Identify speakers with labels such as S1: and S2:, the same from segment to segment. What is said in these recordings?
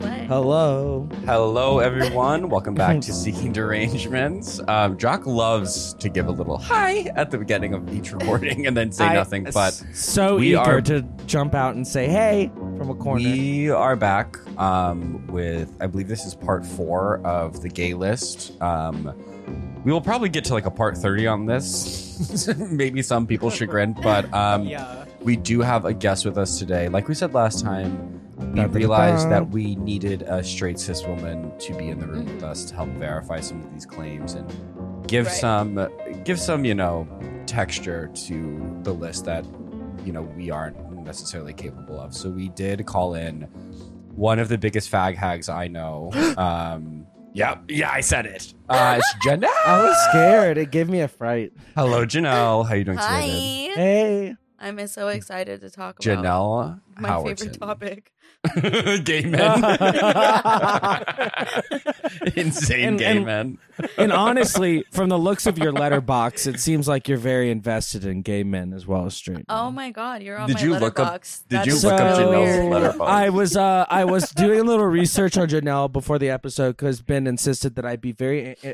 S1: Hello.
S2: Hello, everyone. Welcome back to Seeking Derangements. Um, Jock loves to give a little hi at the beginning of each recording and then say
S1: I-
S2: nothing. But
S1: So
S2: We
S1: eager
S2: are-
S1: to jump out and say hey from a corner.
S2: we are back um, with, I believe this is part four of the gay list. Um, we will probably get to like a part 30 on this. Maybe some people chagrined, but um,
S3: Yeah.
S2: we do have a guest with us today. Like we said last time, we
S1: Da-da-da-da.
S2: realized that we needed a straight cis woman to be in the room with us to help verify some of these claims and give
S3: Right.
S2: some give some, you know, texture to the list that, you know, we aren't necessarily capable of. So we did call in one of the biggest fag hags I know. um yeah, yeah, I said it. Uh, it's Janelle.
S1: I was scared. It gave me a fright.
S2: Hello, Janelle. How you doing today?
S3: Hi.
S1: Hey.
S3: I'm so excited to talk
S2: babe?
S3: about
S2: Janelle
S3: my
S2: Howerton.
S3: favorite topic.
S2: gay Insane
S1: And- and-
S2: men.
S1: And honestly, from the looks of your letterbox, it seems like you're very invested in gay men as well as straight.
S3: Oh my god, you're on
S2: Did
S3: my
S2: you look up-
S3: letterbox.
S2: did you
S3: That's
S2: look up
S3: so
S2: Janelle's
S3: weird.
S2: letter- letterbox.
S1: I was uh, I was doing a little research on Janelle before the episode because Ben insisted that I be very uh,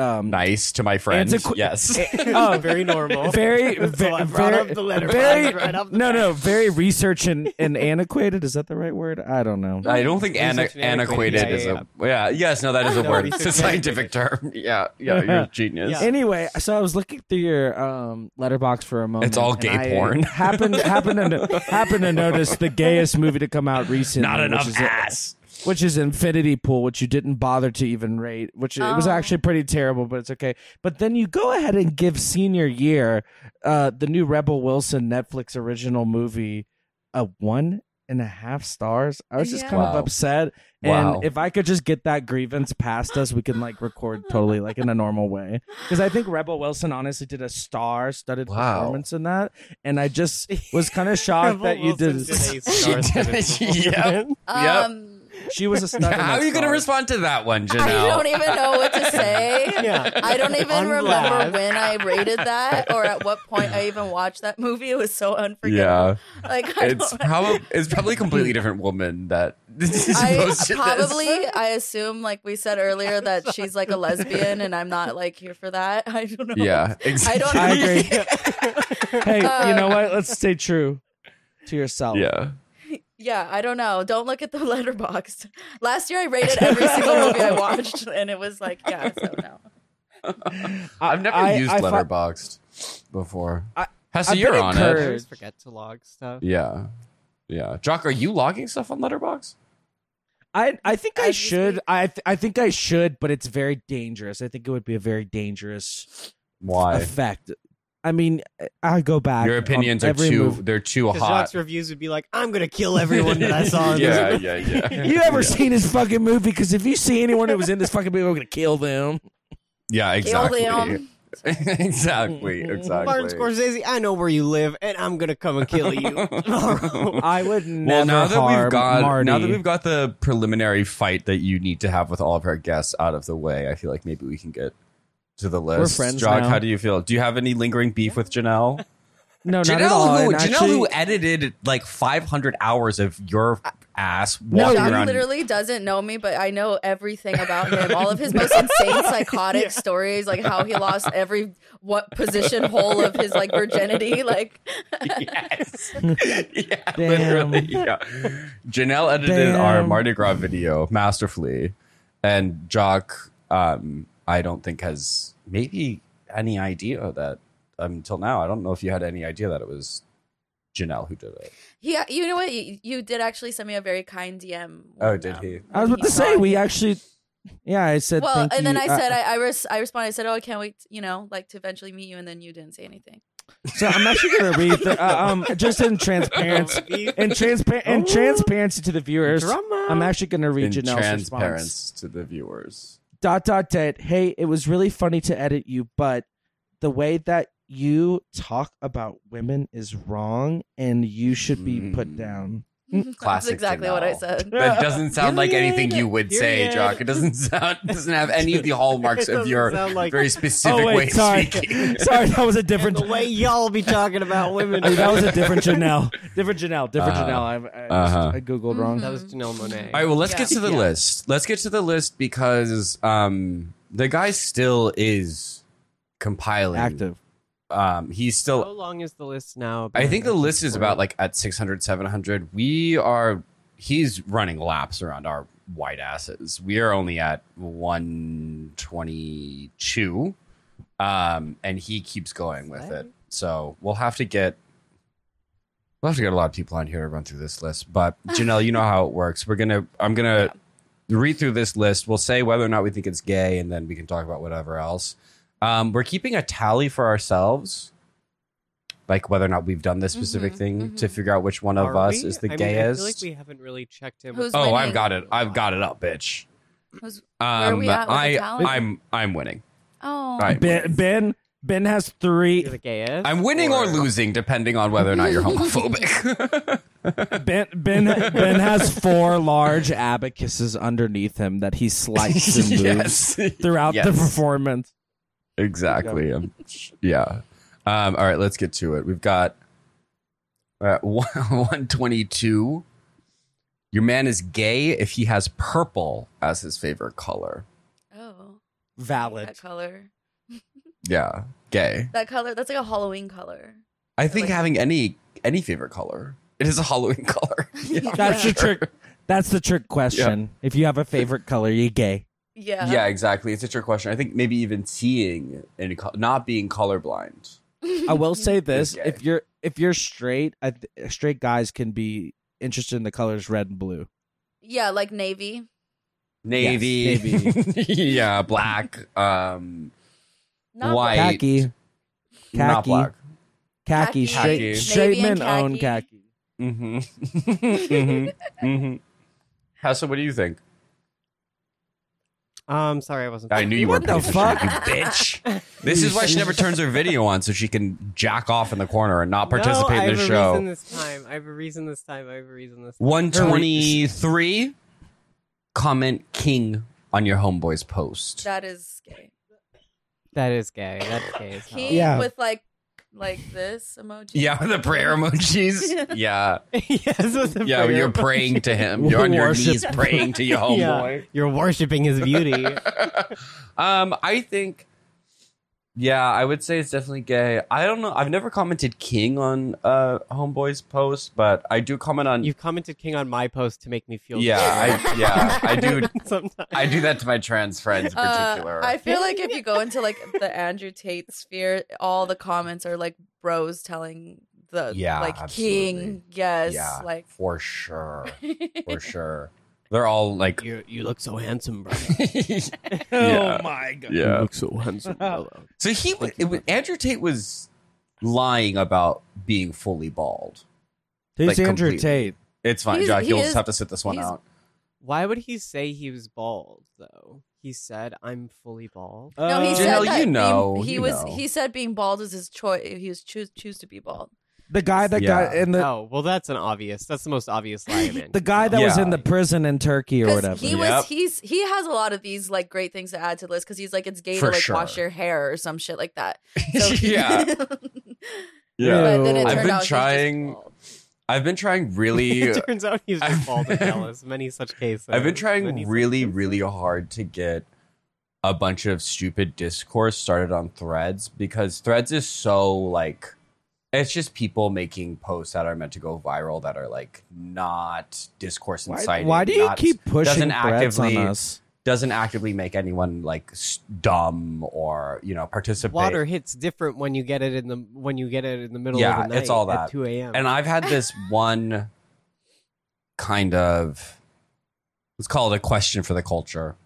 S1: um,
S2: Nice to my friends.
S1: It's a qu-
S2: yes.
S1: oh,
S4: very normal.
S1: very,
S4: So I
S1: very,
S4: brought
S1: very,
S4: up the letter
S1: very-
S4: right off the
S1: no, no, very research and, and antiquated. Is that the right word? I don't know.
S2: I don't think
S4: Research
S2: ana-
S4: and
S2: antiquated
S4: antiquated,
S2: is
S4: yeah,
S2: a yeah. Yes, no, that is a
S4: No,
S2: word.
S4: research
S2: It's a
S4: and
S2: scientific term. Yeah, yeah, you're a genius.
S4: Yeah.
S1: Anyway, so I was looking through your um, letterbox for a moment.
S2: It's all
S1: and
S2: gay
S1: I
S2: porn.
S1: Happened happened to no- happened to notice the gayest movie to come out recently.
S2: Not enough
S1: which is,
S2: ass.
S1: which is Infinity Pool, which you didn't bother to even rate. Which it was
S3: Oh.
S1: actually pretty terrible, but it's okay. But then you go ahead and give Senior Year, uh, the new Rebel Wilson Netflix original movie, a one and a half stars. I was just
S3: Yeah.
S1: kind of
S2: Wow.
S1: upset.
S2: Wow.
S1: And if I could just get that grievance past us, we can like record totally like in a normal way. Because I think Rebel Wilson honestly did a star studded
S2: Wow.
S1: performance in that. And I just was kind of shocked that you did.
S2: yep. yep.
S3: Um,
S1: She was a stud. in
S2: How
S1: that
S2: are you going to
S1: star.
S2: respond to that one, Janelle?
S3: I don't even know what to say.
S4: Yeah.
S3: I don't even
S4: I'm
S3: remember
S4: glad.
S3: when I rated that or at what point I even watched that movie. It was so unforgettable.
S2: yeah,
S3: Like I
S2: it's
S3: don't-
S2: probably it's probably a completely different woman that is
S3: I
S2: posted this.
S3: probably I assume like we said earlier that she's like a lesbian and I'm not like here for that. I don't know.
S2: Yeah,
S3: I
S2: exactly.
S3: don't
S1: I agree. hey, you know what? Let's stay true to yourself.
S2: Yeah.
S3: Yeah, I don't know. Don't look at the letterbox. Last year I rated every single movie I watched and it was like, yeah, so no.
S2: I've never
S1: I-
S2: used
S1: I fi-
S2: letterboxed before.
S1: I- I've
S2: Hessa,
S1: been
S2: you're on
S4: I
S2: it.
S1: encouraged.
S4: always forget to log stuff.
S2: Yeah. Yeah. Jock, are you logging stuff on Letterbox?
S1: I I think I
S3: As you
S1: should.
S3: speak.
S1: I th- I think I should, but it's very dangerous. I think it would be a very dangerous
S2: Why?
S1: effect. I mean, I go back.
S2: Your
S1: on
S2: opinions are
S1: every
S2: too
S1: movie.
S2: they're too
S4: Because
S2: hot.
S4: Jock's reviews would be like, "I'm gonna kill everyone that I saw." in
S2: yeah,
S4: this
S2: yeah, yeah.
S1: You ever seen his fucking movie? Because if you see anyone who was in this fucking movie, we're gonna kill them.
S2: Yeah,
S3: Kill
S2: exactly.
S3: them.
S2: exactly.
S3: Mm-hmm.
S2: Exactly.
S4: Martin Scorsese, I know where you live, and I'm gonna come and kill you tomorrow.
S1: I would never
S2: Well, now that
S1: harm
S2: we've got
S1: Marty.
S2: now that we've got the preliminary fight that you need to have with all of our guests out of the way, I feel like maybe we can get to the list.
S1: friends
S2: Jock,
S1: now.
S2: how do you feel? Do you have any lingering beef with Janelle?
S1: no, not at all.
S2: Janelle, who,
S1: and
S2: Janelle
S1: actually-
S2: who edited like 500 hours of your ass
S1: No,
S2: walking
S3: John
S2: around.
S3: literally doesn't know me, but I know everything about him. All of his most insane psychotic stories, like how he lost every what position whole of his like virginity. Like
S2: yes. yeah,
S1: Damn.
S2: literally. Yeah. Janelle edited our
S1: Damn.
S2: Mardi Gras video masterfully, and Jock, um, I don't think has maybe any idea that um, until now. I don't know if you had any idea that it was Janelle who did it.
S3: he you know what? You, you did actually send me a very kind DM.
S2: Oh,
S3: when,
S2: did
S3: um,
S2: he?
S1: I was about
S3: when
S1: to
S3: he saw
S1: say
S3: it.
S1: we actually. Yeah, I said.
S3: Well,
S1: thank
S3: and then
S1: you.
S3: I
S1: Uh,
S3: said I I, res- I responded. I said, "Oh, I can't wait, you know, like to eventually meet you." And then you didn't say anything.
S1: So I'm actually gonna read the, uh, um just in transparency and transpa- and transparency to the viewers.
S4: Drama.
S1: I'm actually gonna read
S2: In
S1: Janelle's response.
S2: transparency to the viewers.
S1: Dot dot dot. Hey, it was really funny to edit you, but the way that you talk about women is wrong, and you should be put
S2: Mm.
S1: down.
S2: Classic
S3: That's exactly what I
S2: Janelle.
S3: said.
S2: That doesn't sound like anything you would say,
S4: Period.
S2: Jock. It doesn't sound doesn't have any of the hallmarks
S4: It
S2: of
S4: doesn't
S2: your
S4: sound like-
S2: very specific way of
S1: Oh, sorry,
S2: speaking.
S1: sorry, that was a
S4: And
S1: different.
S4: the way y'all be talking about women.
S1: Dude, that was a different Janelle. Different Janelle. Different
S2: Uh-huh.
S1: Janelle. I, I,
S2: Uh-huh.
S1: I googled wrong.
S4: That was Janelle Monae.
S2: All right, well, let's
S3: Yeah.
S2: get to the list. Let's get to the list because um, the guy still is compiling.
S1: active.
S2: Um, he's still
S4: How long is the list now?
S3: Oh.
S2: I think the list is about like at 600, 700. We are, he's running laps around our white asses. We are only at 122. Um, and he keeps going with it. So we'll have to get, we'll have to get a lot of people on here to run through this list. But Janelle, you know how it works. We're going to, I'm going to read through this list. We'll say whether or not we think it's gay and then we can talk about whatever else. Um, we're keeping a tally for ourselves, like whether or not we've done this specific
S3: Mhm,
S2: thing
S3: mhm.
S2: to figure out which one of
S4: Are
S2: us
S4: we?
S2: is the
S4: I mean,
S2: gayest.
S4: I feel like we haven't really checked him.
S3: Who's-
S2: oh,
S3: winning.
S2: I've got it. I've got it up, bitch.
S3: Who's-
S2: Um,
S3: are we at with the
S2: I,
S3: tally?
S2: I'm, I'm winning.
S3: Oh,
S2: Right.
S1: Ben, ben, ben has three.
S4: You're the gayest.
S2: I'm winning or losing, depending on whether or not you're homophobic.
S1: Ben, ben, ben has four large abacuses underneath him that he slices and moves
S2: yes.
S1: throughout the
S2: Yes.
S1: performance.
S2: Exactly. Um, yeah. Um, all right, let's get to it. We've got uh, one- 122. Your man is gay if he has purple as his favorite color.
S3: oh,
S1: Valid.
S3: that color.
S2: Yeah, gay.
S3: That color. That's like a Halloween color.
S2: I think
S3: Like-
S2: having any any favorite color. It is a Halloween color. Yeah,
S1: That's
S2: for
S1: the trick. That's the trick question. If you have a favorite color, you gay.
S3: Yeah.
S2: Yeah. exactly. It's a trick question. I think maybe even seeing any col not being colorblind.
S1: I will say this:
S2: gay.
S1: if you're if you're straight, I th- straight guys can be interested in the colors red and blue.
S3: Yeah, like navy.
S2: Navy. yeah, black. Um
S3: Not
S2: Why?
S3: black.
S2: Right.
S1: Khaki,
S2: not
S1: Khaki.
S2: black.
S3: Khaki.
S1: khaki, straight
S2: Khaki.
S1: straight
S3: Navy and
S1: men own
S3: khaki.
S1: khaki.
S2: Mm-hmm. mm-hmm. mm-hmm. Hessa, what do you think?
S4: Um, sorry, I wasn't.
S2: I knew you
S1: What
S2: weren't
S1: the
S2: paying attention,
S1: fuck?
S2: you bitch. This is why she never turns her video on so she can jack off in the corner and not participate in the
S4: no, I have a
S2: show.
S4: reason this time. I have a reason this time. I have a reason this time.
S2: 123 comment king on your homeboy's post.
S3: That is gay.
S2: Oh.
S4: That is gay. That's gay. As hell.
S3: King
S1: Yeah.
S3: with like, like this emoji.
S2: Yeah, the prayer emojis. Yeah.
S4: yes, with the
S2: Yeah,
S4: prayer.
S2: you're praying to him. You're on your
S1: Worship.
S2: knees praying to your
S4: Yeah.
S2: homeboy.
S4: You're worshiping his beauty.
S2: um, I think, yeah, I would say it's definitely gay. I don't know. I've never commented king on uh homeboy's post, but I do comment on.
S4: You've commented king on my post to make me feel.
S2: yeah, I, yeah, I do.
S4: better. Sometimes.
S2: I do that to my trans friends in
S3: Uh,
S2: particular.
S3: I feel like if you go into like the Andrew Tate sphere, all the comments are like bros telling the
S2: Yeah,
S3: like
S2: absolutely.
S3: king, yes,
S2: yeah,
S3: like
S2: for sure, for sure. They're all like,
S4: You, you look so handsome, brother.
S2: Yeah.
S1: my god!
S2: yeah.
S4: look so handsome, brother.
S2: So he, w- it, w- Andrew Tate was lying about being fully bald.
S1: Who's
S2: Like,
S1: Andrew
S2: completely.
S1: Tate?
S2: It's fine,
S3: He's-
S2: Jack.
S3: he
S2: You'll
S3: is-
S2: just have to sit this one
S3: he's-
S2: out.
S4: Why would he say he was bald though? He said, "I'm fully bald."
S3: No, he
S1: Uh,
S3: said
S2: Janelle,
S3: that
S2: you
S3: being-
S2: know,
S3: he
S2: you
S3: was.
S2: know.
S3: He said being bald is his choice. He was choose choose to be bald.
S1: the guy that got
S2: Yeah.
S1: in the
S4: oh well, that's an obvious. That's the most obvious lie. I'm in.
S1: the guy that was
S2: Yeah.
S1: in the prison in Turkey or whatever.
S3: Because he was.
S2: Yep.
S3: He's he has a lot of these like great things to add to the list. Because he's like it's gay
S2: For
S3: to like
S2: sure.
S3: wash your hair or some shit like that. So
S2: Yeah.
S3: but
S1: Yeah.
S3: then it
S1: I've
S3: turned out
S2: been
S3: he's just
S2: trying-
S3: bald.
S2: I've been trying really.
S4: it turns out he's
S2: I've
S4: just bald and
S2: been-
S4: jealous. Many such cases.
S2: I've been
S4: Many
S2: trying
S4: such
S2: really,
S4: cases.
S2: really hard to get a bunch of stupid discourse started on Threads because Threads is so like it's just people making posts that are meant to go viral that are like not discourse
S1: why,
S2: inciting.
S1: why do you
S2: not-
S1: keep pushing
S2: doesn't
S1: threats on
S2: actively-
S1: us?
S2: doesn't actively make anyone like s- dumb or you know participate?
S4: Water hits different when you get it in the when you get it in the middle
S2: Yeah,
S4: of the night
S2: it's all
S4: at
S2: that.
S4: two a.m.
S2: And I've had this one kind of let's call it a question for the culture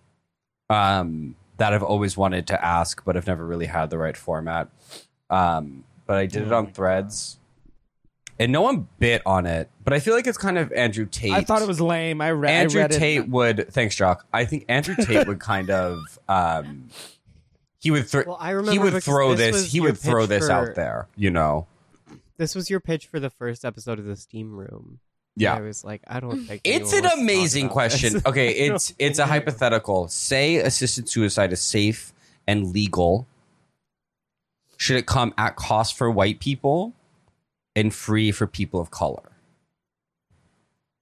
S2: um, that I've always wanted to ask, but I've never really had the right format. Um, but I did it
S4: Oh
S2: on
S4: my
S2: Threads, and no one bit on it. But I feel like it's kind of Andrew Tate.
S1: I thought it was lame. I, re-
S2: Andrew
S1: I read
S2: Tate
S1: it.
S2: would. Thanks, Jock. I think Andrew Tate would kind of. Um, he would. Thr-
S4: well, I remember
S2: he would
S4: because
S2: throw this.
S4: was
S2: he
S4: your
S2: would throw
S4: pitch
S2: this
S4: for-
S2: out there. You know.
S4: This was your pitch for the first episode of the Steam Room.
S2: Yeah.
S4: I was like, I don't think
S2: It's an
S4: anyone wants to talk
S2: amazing
S4: about
S2: question.
S4: this.
S2: Okay, it's it's a hypothetical. Say assisted suicide is safe and legal. Should it come at cost for white people and free for people of color?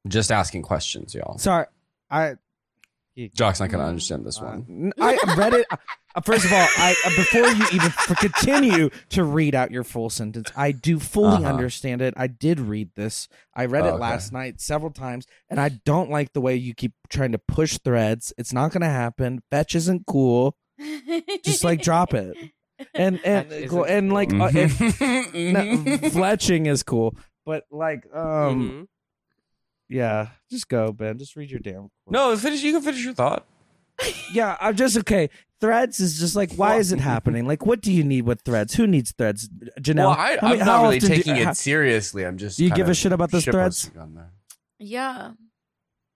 S2: Just asking questions, y'all.
S1: Sorry, I
S2: Jock's not gonna understand this one.
S1: N- I read it. uh, First of all, I uh, before you even f- continue to read out your full sentence, I do fully
S2: Uh-huh.
S1: understand it. I did read this. I read
S2: Oh,
S1: it
S2: okay.
S1: last night several times, and I don't like the way you keep trying to push threads. It's not going to happen. Fetch isn't cool. Just like drop it, and and
S4: Fetch
S1: and, cool-
S4: isn't
S1: and like uh, and, no,
S2: Mhm.
S1: fletching is cool, but like um
S4: Mhm.
S1: yeah, just go Ben. Just read your damn. quote.
S2: no, finish. You can finish your thought.
S1: Yeah, I'm just okay. Threads is just like, why is it happening? Like, what do you need with threads? Who needs threads? Janelle,
S2: well, I,
S1: how
S2: I'm
S1: many- how
S2: not really
S1: often do-
S2: taking
S1: how-
S2: it seriously. I'm just.
S1: Do you
S2: kind
S1: give a
S2: of
S1: shit about this threads?
S2: shitposting on there.
S3: yeah.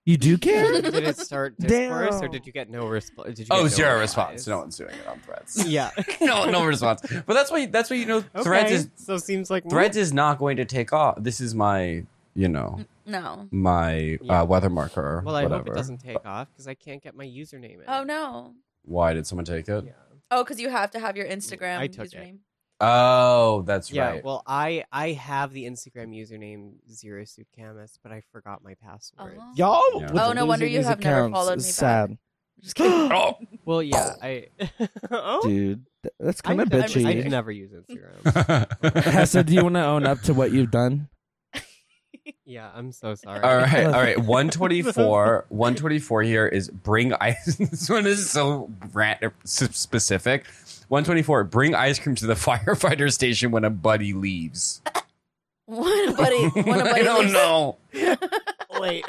S1: You do care?
S4: Did it start
S1: Damn.
S4: discourse or did you get no response?
S2: Oh, zero response. No one's doing it on threads.
S4: Yeah.
S2: no, no response. But that's why. That's why you know threads
S4: Okay,
S2: is
S4: so seems like
S2: Threads is not going to take off. This is my, you know,
S3: No.
S2: my
S4: Yeah.
S2: uh, weather marker.
S4: Well, I
S2: whatever.
S4: hope it doesn't take off because I can't get my username in.
S3: Oh no.
S2: Why did someone take it?
S4: Yeah.
S3: Oh, because you have to have your Instagram
S4: I took it.
S3: username.
S2: Oh, that's
S4: Yeah,
S2: right.
S4: well, I I have the Instagram username zero suit camus, but I forgot my password.
S3: Oh.
S1: Y'all?
S2: Yeah.
S1: with
S3: Oh, no wonder
S1: losing
S3: you
S1: these
S3: have never
S1: accounts
S3: followed
S1: is
S3: me back.
S1: Sad,
S3: Just kidding.
S2: oh,
S4: Well, yeah, I. oh,
S1: dude. Th- That's
S4: I
S1: kind of
S4: never- I
S1: bitchy.
S4: never use Instagram.
S1: Hessa, do you want to own up to what you've done?
S4: yeah, I'm so sorry.
S2: all right, all right. One twenty four. One twenty four. Here is bring ice. this one is so rant s- specific. One twenty four. Bring ice cream to the firefighter station when a buddy leaves.
S3: When a buddy, when a buddy
S2: I don't
S3: leaves-
S2: know.
S4: Wait,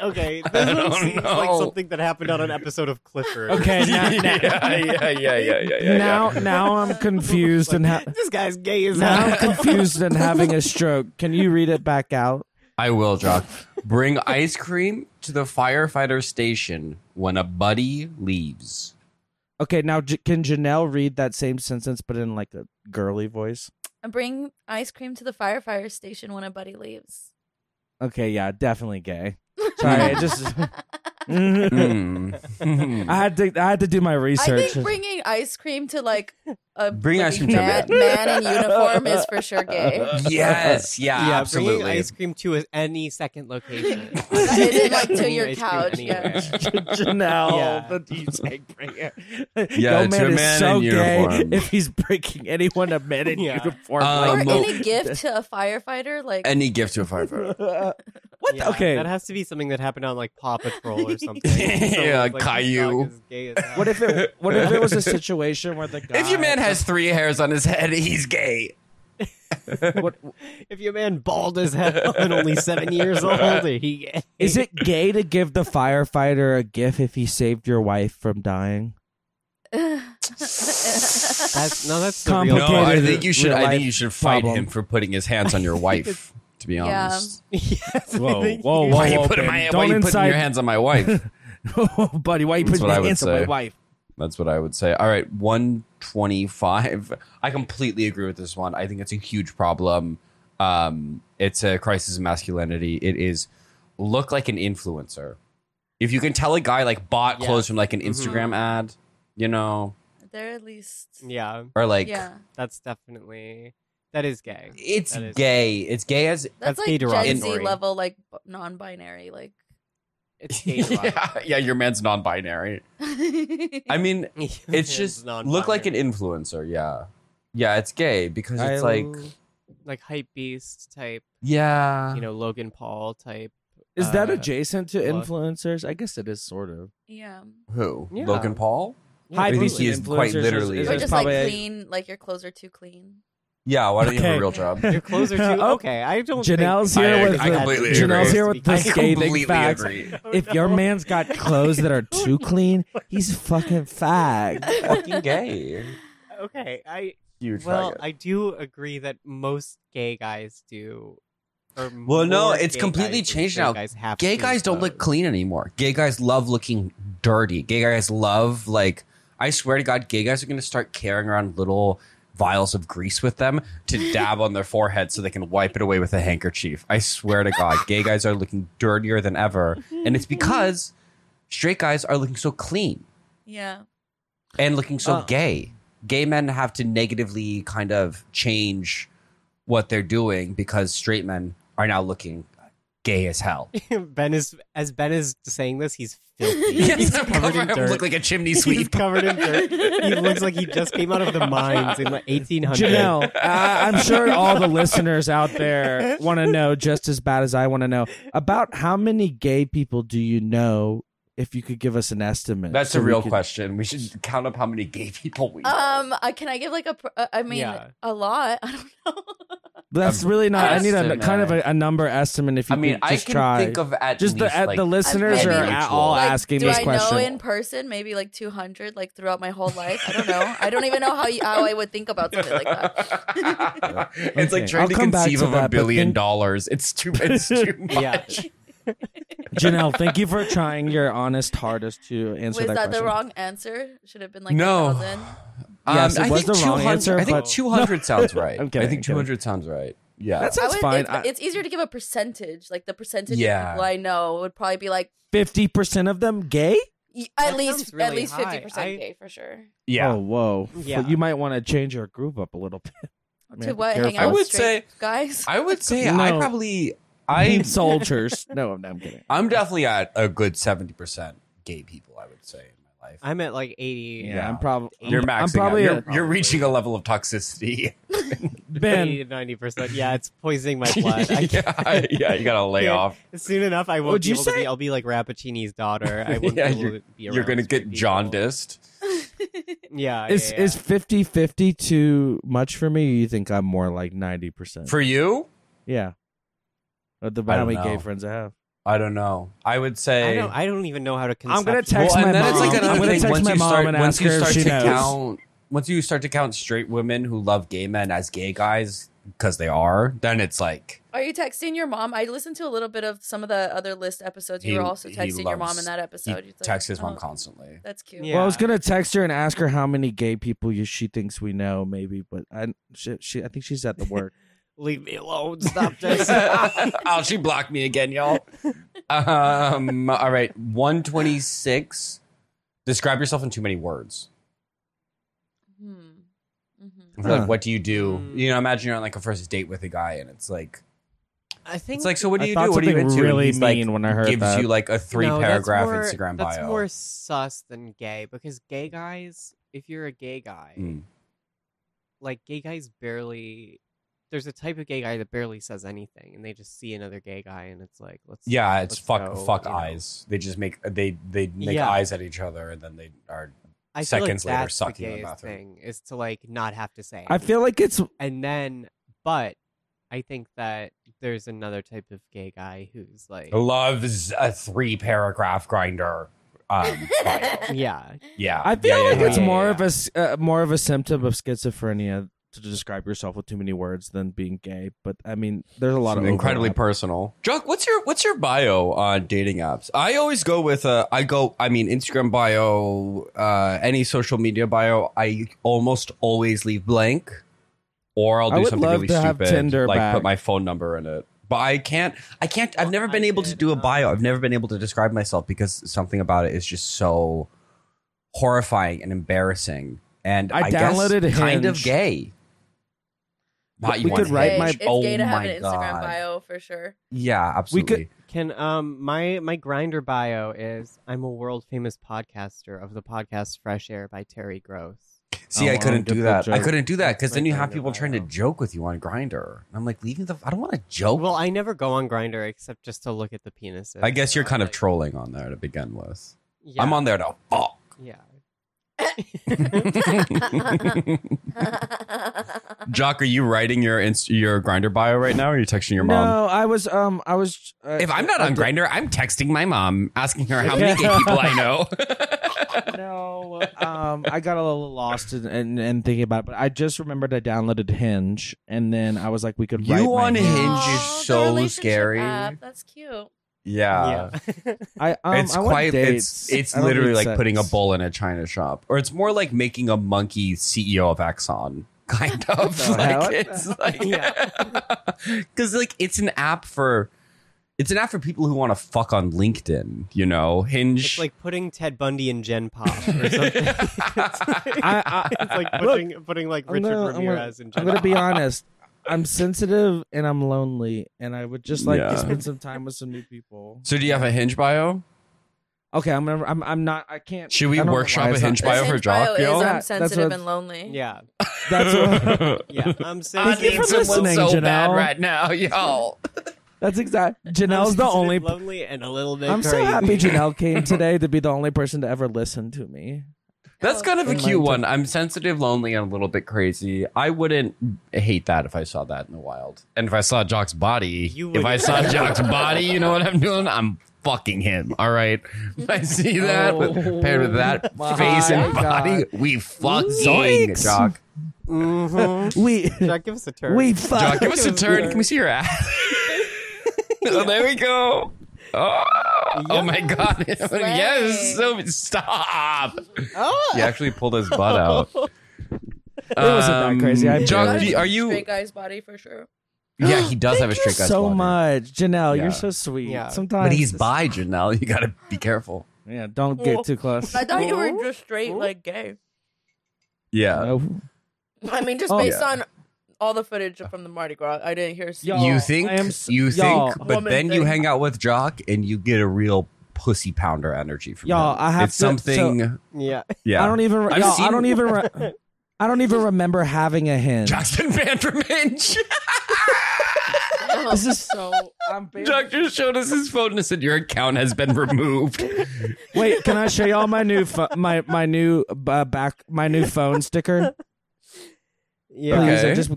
S4: okay.
S2: I
S4: This one
S2: don't
S4: seems like
S2: know.
S4: something that happened on an episode of Clifford.
S1: Okay, now,
S2: yeah, yeah, yeah, yeah, yeah, yeah.
S1: now, now I'm confused and ha-
S4: This guy's gay as
S1: now I'm
S4: hell.
S1: confused and having a stroke. Can you read it back out?
S2: I will, Jock. Bring ice cream to the firefighter station when a buddy leaves.
S1: Okay, now J- can Janelle read that same sentence but in like a girly voice?
S3: Bring ice cream to the firefighter station when a buddy leaves.
S1: Okay, yeah, definitely gay. Sorry, I just I
S2: Mm.
S1: had to I had to do my
S3: I
S1: research.
S3: think bringing ice cream to like a
S2: Bring ice
S3: bloody
S2: cream to a
S3: mad,
S1: man.
S3: man in uniform is for sure gay.
S2: yes, yeah,
S4: yeah,
S2: absolutely.
S4: bringing ice cream to a- any second location.
S3: It's like to
S4: Bringing
S3: your
S4: ice cream
S3: couch, yeah.
S4: anywhere.
S1: Janelle,
S4: Yeah.
S1: the DJ bringer.
S2: Yeah,
S1: Yo,
S2: it's
S1: man
S2: a
S1: is
S2: man
S1: so
S2: in
S1: gay
S2: uniform.
S1: if he's breaking anyone a man in
S4: Yeah.
S1: uniform.
S3: Or
S2: Um,
S1: like-
S2: well-
S3: any gift to a firefighter, like
S2: Any gift to a firefighter.
S1: what? the-
S4: Yeah,
S1: okay,
S4: That has to be something that happened on like Paw Patrol or something. Someone's
S2: Yeah,
S4: like, "This dog
S2: Caillou."
S4: is gay as hell.
S1: what if it? What if it was a situation where the guy?
S2: If your man has three hairs on his head, he's gay.
S1: what,
S4: if your man bald as hell and only seven years old? He gay?
S1: is it gay to give the firefighter a gift if he saved your wife from dying?
S4: That's, no, that's the real.
S2: No, I
S1: Complicated
S2: think you should. I
S1: real-life
S2: think you should fight
S1: problem.
S2: him for putting his hands on your wife. To be
S3: Yeah.
S2: honest,
S4: yes, I
S1: Whoa,
S4: think
S1: whoa,
S4: you-
S1: whoa.
S2: why you putting
S1: Ben,
S2: my? Why
S1: don't
S2: you putting
S1: incite-
S2: your hands on my wife?
S1: oh, buddy, why you
S2: That's
S1: putting
S2: what I
S1: your
S2: would
S1: hands on my
S2: say.
S1: wife?
S2: That's what I would say. All right, 125. I completely agree with this one. I think it's a huge problem. Um, it's a crisis of masculinity. It is look like an influencer. If you can tell a guy like bought
S4: Yeah.
S2: clothes from like an
S4: Mhm.
S2: Instagram ad, you know,
S3: they're at least
S4: Yeah,
S2: or like
S3: yeah.
S4: that's definitely that is gay.
S2: it's
S4: That is-
S2: gay. It's gay as
S3: That's,
S4: That's gay
S3: like Gen Z
S4: derogatory.
S3: level, like b- non-binary, like.
S4: It's gay.
S2: yeah, yeah, your man's non-binary. I mean, it's just look like an influencer, yeah. Yeah, it's gay because it's
S1: I- Uh.
S2: like
S4: like hype beast type,
S2: yeah.
S4: you know, Logan Paul type.
S1: Is that
S4: uh,
S1: adjacent to
S4: look.
S1: influencers? I guess it is sort of.
S3: yeah.
S2: Who?
S4: Yeah.
S2: Logan Paul?
S1: High
S2: think
S1: beast
S2: he is quite
S1: influencers
S2: literally
S1: is
S3: Or
S2: There's
S3: just like
S1: probably-
S3: clean, like your clothes are too clean.
S2: Yeah, why don't you have
S1: Okay.
S2: a real job?
S4: Your clothes are too
S1: Oh,
S4: okay. I don't.
S1: Janelle's
S4: think
S1: here
S2: I-
S1: with
S2: I
S1: the,
S2: completely
S1: Janelle's
S2: agree.
S1: here with the
S4: I
S1: scathing facts.
S2: agree.
S4: Oh,
S1: If your man's got clothes that are too clean, he's a fucking fag.
S2: Fucking gay.
S4: okay, I
S2: Huge
S4: well,
S2: faggot.
S4: I do agree that most gay guys do. or
S2: Well, no,
S4: more
S2: it's
S4: gay
S2: completely
S4: guys than
S2: changed
S4: straight
S2: now.
S4: Guys have
S2: gay
S4: to
S2: guys don't look
S4: clothes.
S2: clean anymore. Gay guys love looking dirty. Gay guys love like I swear to God, gay guys are gonna start carrying around little vials of grease with them to dab on their forehead so they can wipe it away with a handkerchief. I swear to God, gay guys are looking dirtier than ever. And it's because straight guys are looking so clean
S3: Yeah.
S2: and looking so
S1: Uh.
S2: gay. Gay men have to negatively kind of change what they're doing because straight men are now looking gay as hell.
S4: ben is as Ben is saying this, he's filthy.
S2: Yes,
S4: he's
S2: I'm
S4: covered in
S2: covered. I
S4: dirt.
S2: look like a chimney
S4: He's
S2: sweep.
S4: covered in dirt. He looks like he just came out of the mines in the 1800s.
S1: Janelle, I I'm sure all the listeners out there want to know just as bad as I want to know about how many gay people do you know? If you could give us an estimate,
S2: That's
S1: so
S2: a
S1: we
S2: real
S1: could-
S2: question. We should count up how many gay people we know.
S3: Um. Uh, can I give like a? pr- Uh, I mean,
S4: Yeah.
S3: a lot. I don't know.
S1: That's really not. I need a
S2: Estimate.
S1: kind of a, a number estimate. If
S2: I
S1: you
S2: mean,
S1: could
S2: I
S1: just
S2: can
S1: try.
S2: think of at
S1: just the
S2: least,
S1: at
S2: like,
S1: the listeners
S3: maybe-
S1: are at all
S2: Like,
S1: asking
S3: do
S1: this
S3: I
S1: question.
S3: know in person maybe like 200 like throughout my whole life? I don't know. I don't even know how you, how I would think about something like that.
S2: It's
S1: Okay,
S2: like trying
S1: I'll
S2: to
S1: come back
S2: conceive
S1: to
S2: of
S1: that,
S2: a
S1: but
S2: billion
S1: think-
S2: dollars. It's too. It's too much.
S4: Yeah.
S1: Janelle, thank you for trying your honest hardest to answer
S3: Was that
S1: that, question.
S3: the wrong answer? Should have been like
S2: No.
S3: 1,000.
S1: Yes,
S2: Um,
S1: it
S2: I
S1: was
S2: think
S1: the wrong
S2: 200
S1: answer,
S2: I think
S1: but-
S2: 200 sounds right.
S1: I'm kidding,
S2: I think
S1: I'm kidding.
S2: 200 sounds right. Yeah.
S1: That
S3: I
S1: sounds
S3: would,
S1: fine. Uh,
S3: It's, it's easier to give a percentage. Like the percentage
S2: Yeah.
S3: of people I know would probably be like
S1: Fifty percent of them gay.
S3: y- at
S4: That
S3: least
S4: sounds really
S3: at least
S4: high.
S3: 50%
S4: I-
S3: gay for sure.
S2: yeah.
S1: Oh, whoa.
S4: Yeah.
S1: Well, you might want to change your group up a little bit. Man,
S3: to what?
S1: be
S3: Hang
S1: careful.
S3: out
S2: I
S3: with
S2: would
S3: straight guys.
S2: I would say I
S1: No.
S2: probably I
S1: soldiers. No, I'm, I'm kidding.
S2: I'm definitely at a good 70% gay people, I would say in my life.
S4: I'm at like 80.
S1: Yeah,
S2: Yeah.
S1: I'm probably.
S2: you're maxing
S1: I'm probably
S2: out.
S1: a-
S2: You're, you're reaching a level of toxicity.
S1: Ben.
S4: 80 to 90%. Yeah, it's poisoning my blood. I can't.
S2: yeah, yeah, you gotta lay
S4: Yeah.
S2: off.
S4: Soon enough, I won't
S1: Would
S4: be
S1: you
S4: able to
S1: say-
S4: be. I'll be like Rappaccini's daughter. I won't
S2: Yeah,
S4: be able to be around.
S2: You're gonna
S4: straight
S2: get
S4: people.
S2: jaundiced.
S4: Yeah.
S1: Is
S4: yeah, yeah.
S1: is 50 50 too much for me? Or you think I'm more like 90%?
S2: For you?
S1: yeah. Of the
S2: I
S1: how
S2: don't
S1: many gay
S2: know.
S1: friends I have.
S2: I don't know. I would
S4: I
S2: say
S4: don't. I don't even know how to.
S1: I'm gonna
S4: conceptualize-
S1: text
S2: well, and
S1: my
S2: then it's
S1: mom.
S2: like another
S1: I'm gonna
S2: thing.
S1: text
S2: once
S1: my
S2: you
S1: mom
S2: start,
S1: and
S2: once
S1: ask
S2: you
S1: her if
S2: start
S1: she
S2: to
S1: knows.
S2: count, once you start to count straight women who love gay men as gay guys because they are, then it's like
S3: Are you texting your mom? I listened to a little bit of some of the other list episodes. You
S2: He-
S3: were also
S2: he
S3: texting your mom
S2: loves-
S3: in that
S2: he
S3: episode. It's like,
S2: texts
S4: uh,
S2: his mom
S3: oh,
S2: constantly.
S3: That's cute.
S4: Yeah.
S1: Well, I was gonna text her and ask her how many gay people you, she thinks we know, maybe, but I she, she I think she's at the work.
S4: Leave me alone. Stop this.
S2: oh, she blocked me again, y'all. Um, all right, one twenty six. Describe yourself in too many words.
S3: Hmm. Mhm.
S1: Huh. Hmm.
S2: Like, what do you do?
S4: Mm.
S2: You know, imagine you're on like a first date with a guy, and it's like,
S4: I think
S2: it's like, so what do
S1: I
S2: you
S1: thought
S2: do? What are you
S1: something
S2: into? And
S1: really
S2: he's like,
S1: mean when I heard
S2: gives
S1: that.
S2: you like a three
S4: No, that's
S2: paragraph
S4: more-
S2: Instagram
S4: That's
S2: bio.
S4: more sus than gay because gay guys. If you're a gay guy,
S2: Mm.
S4: like gay guys barely. There's a type of gay guy that barely says anything, and they just see another gay guy, and it's like, let's
S2: Yeah, it's
S4: let's
S2: fuck
S4: go,
S2: fuck
S4: you know.
S2: eyes. They just make they they make
S4: Yeah.
S2: eyes at each other and then they are
S4: I feel
S2: seconds
S4: like
S2: later
S4: that's
S2: sucking
S4: the
S2: in the
S4: gayest
S2: bathroom.
S4: Thing is to like not have to say.
S1: I feel like it's
S4: and then, but I think that there's another type of gay guy who's like,
S2: Oh, loves a three paragraph grinder. Um, bio.
S4: yeah,
S2: yeah,
S1: I feel
S2: yeah, yeah,
S1: like
S2: yeah.
S1: it's
S4: yeah,
S1: more
S4: yeah.
S1: of a s- uh, more of a symptom of schizophrenia to describe yourself with too many words than being gay. But I mean, there's a lot
S2: Some
S1: of
S2: incredibly
S1: overlap.
S2: personal. Jock, what's your what's your bio on dating apps? I always go with uh, I go I mean Instagram bio, uh, any social media bio. I almost always leave blank, or I'll
S1: I
S2: do
S1: would
S2: something
S1: love
S2: really
S1: to have
S2: stupid,
S1: Tinder
S2: like
S1: back.
S2: put my phone number in it. But I can't. I can't. I've
S4: Well,
S2: never been
S4: I
S2: able to
S4: did,
S2: do a
S4: um,
S2: bio. I've never been able to describe myself because something about it is just so horrifying and embarrassing. And
S1: I
S2: I, guess
S1: downloaded
S2: kind of
S1: Hinge.
S2: gay. Not
S1: We
S2: you
S1: could
S2: want
S1: write
S3: Gay.
S2: Hinge.
S1: my-
S3: It's
S2: oh
S3: gay to have
S2: my
S3: an Instagram
S2: God.
S3: bio for sure.
S2: Yeah,
S1: We
S2: absolutely.
S1: could-
S4: Can um my my grinder bio is I'm a world famous podcaster of the podcast Fresh Air by Terry Gross.
S2: See,
S1: Oh,
S2: I couldn't
S1: I'm
S2: do
S1: good
S2: that.
S1: with
S2: I
S1: jokes.
S2: couldn't do that
S4: That's
S2: because
S4: my
S2: then you have
S4: kind of
S2: people trying to
S4: bio.
S2: joke with you on Grinder. I'm like, leaving the. I don't want to joke.
S4: Well, I never go on Grinder except just to look at the penises.
S2: Oh. I guess you're
S4: so,
S2: kind of
S4: like,
S2: trolling on there to begin with.
S4: Yeah,
S2: I'm on there to fuck.
S3: Yeah.
S2: Jock, are you writing your inst- your Grinder bio right now, or are you texting your mom?
S1: No, I was um, I was. Uh,
S2: If I'm not
S1: I
S2: on
S1: did-
S2: Grinder, I'm texting my mom, asking her how many gay people I know.
S1: no, um, I got a little lost in, in, in thinking about it, but I just remembered I downloaded Hinge, and then I was like, we could.
S2: You
S1: write my
S2: on
S1: name.
S2: Hinge?
S3: Aw,
S2: is
S3: the
S2: so
S3: relationship
S2: scary.
S3: app. That's cute.
S2: yeah.
S4: yeah.
S1: I um,
S2: it's
S1: I want
S2: quite
S1: dates.
S2: it's it's
S1: I don't
S2: literally
S1: need
S2: like
S1: sex.
S2: putting a bull in a china shop or it's more like making a monkey ceo E of exxon kind of
S1: So how
S2: like
S1: it-
S2: it's like
S4: Yeah.
S2: because like it's an app for it's an app for people who want to fuck on LinkedIn, you know, Hinge.
S4: It's like putting Ted Bundy in Gen Pop or something.
S1: I, I,
S4: it's like
S1: Look,
S4: putting putting like
S1: I'm
S4: Richard
S1: gonna- I'm gonna-
S4: Ramirez in
S1: I'm
S4: Gen
S1: gonna
S4: Pop.
S1: be honest. I'm sensitive and I'm lonely, and I would just like
S2: Yeah.
S1: to spend some time with some new people.
S2: so do you have a Hinge bio?
S1: Okay, I'm gonna, I'm I'm not I can't.
S2: Should we
S1: I don't know
S2: workshop
S1: why
S2: a
S1: it's not-
S2: Hinge bio
S3: His
S2: for
S3: hinge bio is
S2: Jock, yo?
S1: Yeah,
S3: I'm
S1: that's
S3: sensitive
S1: what-
S3: and lonely.
S4: Yeah,
S1: That's what,
S4: yeah. I'm
S1: Thank you
S4: sensitive.
S1: for listening, Janelle.
S2: now, y'all.
S1: that's exact.
S4: I'm
S1: Janelle's the
S4: sensitive,
S1: only.
S4: lonely and a little bit.
S1: I'm so
S4: crazy.
S1: happy Janelle came today to be the only person to ever listen to me.
S2: That's kind of a
S1: Remind
S2: cute
S1: them.
S2: one. I'm sensitive, lonely, and a little bit crazy. I wouldn't hate that if I saw that in the wild. And if I saw Jock's body,
S4: You
S2: if
S4: would-
S2: I saw Jock's body, you know what I'm doing? I'm fucking him. All right. If I see that
S1: Oh,
S2: with, paired with that
S1: my
S2: face and
S1: God.
S2: body, we fucking
S1: Yikes.
S2: Jock.
S4: Mhm.
S1: We
S4: Jack, give us a turn.
S1: we
S2: Jock,
S1: fuck.
S2: give us a turn. Can we see your ass? oh, there we go. Oh, oh my god. yes. So stop. He actually pulled his butt out.
S1: wasn't
S2: It
S1: that crazy, I
S2: Jock,
S3: That
S2: do
S3: is
S2: you-
S3: a
S2: are you?
S3: straight guy's body for sure?
S2: Yeah, he does have a
S1: Thank
S2: straight
S1: you
S2: guy's
S1: so
S2: body.
S1: much, Janelle.
S2: Yeah.
S1: You're so sweet.
S4: Yeah.
S1: Sometimes,
S2: But he's
S1: it's-
S2: bi, Janelle. You gotta be careful.
S1: Yeah, don't
S4: Oh,
S1: get too close.
S3: I thought you
S1: Oh.
S3: were just straight like gay.
S2: Yeah.
S1: No.
S3: I mean, just
S1: Oh.
S3: based on all the footage from the Mardi Gras, I didn't hear.
S1: Yo.
S2: You
S1: Y'all,
S2: think?
S1: I am s-
S2: you
S1: y'all.
S2: think? But
S3: Woman
S2: then you
S3: thing.
S2: hang out with Jock, and you get a real pussy pounder energy from
S1: Y'all,
S2: him.
S1: I have
S2: it's
S1: to-
S2: something.
S4: Yeah.
S2: yeah.
S1: I don't even.
S2: I've
S1: y'all, I
S2: seen-
S1: don't even. Re- I don't even remember having a hinge.
S2: Jock's been banned from Hinge.
S1: This is so. I'm bare-
S2: Jock just showed us his phone and said your account has been removed.
S1: Wait, can I show y'all my new pho- my my new uh, back my new phone sticker?
S4: Yeah.
S1: Please,
S2: Okay.
S1: I just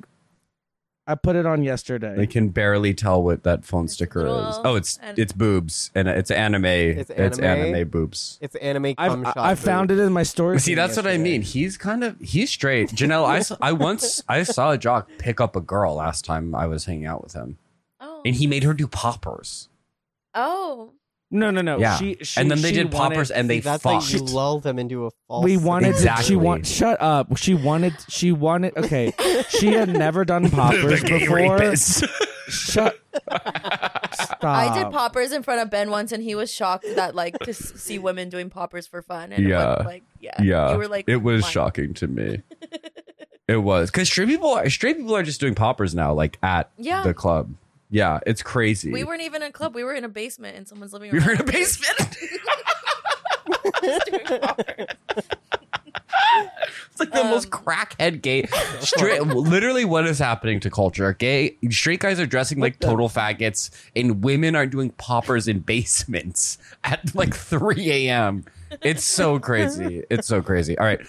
S1: I put it on yesterday.
S2: I can barely tell what that phone
S3: a
S2: sticker
S3: little-
S2: is. Oh, it's
S3: and-
S2: it's boobs and it's anime. It's anime,
S4: anime.
S2: boobs.
S4: It's anime cum
S1: I've,
S4: shot.
S1: I, I found it in my storage.
S2: See, that's what I mean. He's kind of he's straight. Janelle, I, s- I once I saw a jock pick up a girl last time I was hanging out with him,
S3: Oh,
S2: and he made her do poppers.
S3: oh,
S1: No, no, no.
S2: Yeah.
S1: She, she,
S2: and then they
S1: she
S2: did
S1: wanted-
S2: poppers, and they
S4: See, that's
S2: fucked.
S4: how you lull them into a false.
S1: we wanted to, she
S2: Exactly.
S1: want shut up. She wanted she wanted okay. she had never done poppers before. Shut stop.
S3: I did poppers in front of Ben once, and he was shocked that like to s- see women doing poppers for fun. And
S2: Yeah.
S3: what, like yeah, You were like, "Why?"
S2: shocking to me. it was because straight people are straight people are just doing poppers now, like at
S3: Yeah.
S2: the club. Yeah, it's crazy.
S3: We weren't even in a club. We were in a basement in someone's living
S2: we
S3: room.
S2: were in a basement. It's like the most
S3: Um,
S2: crackhead gay. Straight, literally, what is happening to culture? Gay straight guys are dressing like total faggots, and women are doing poppers in basements at like 3 a.m. It's so crazy. It's so crazy. All right,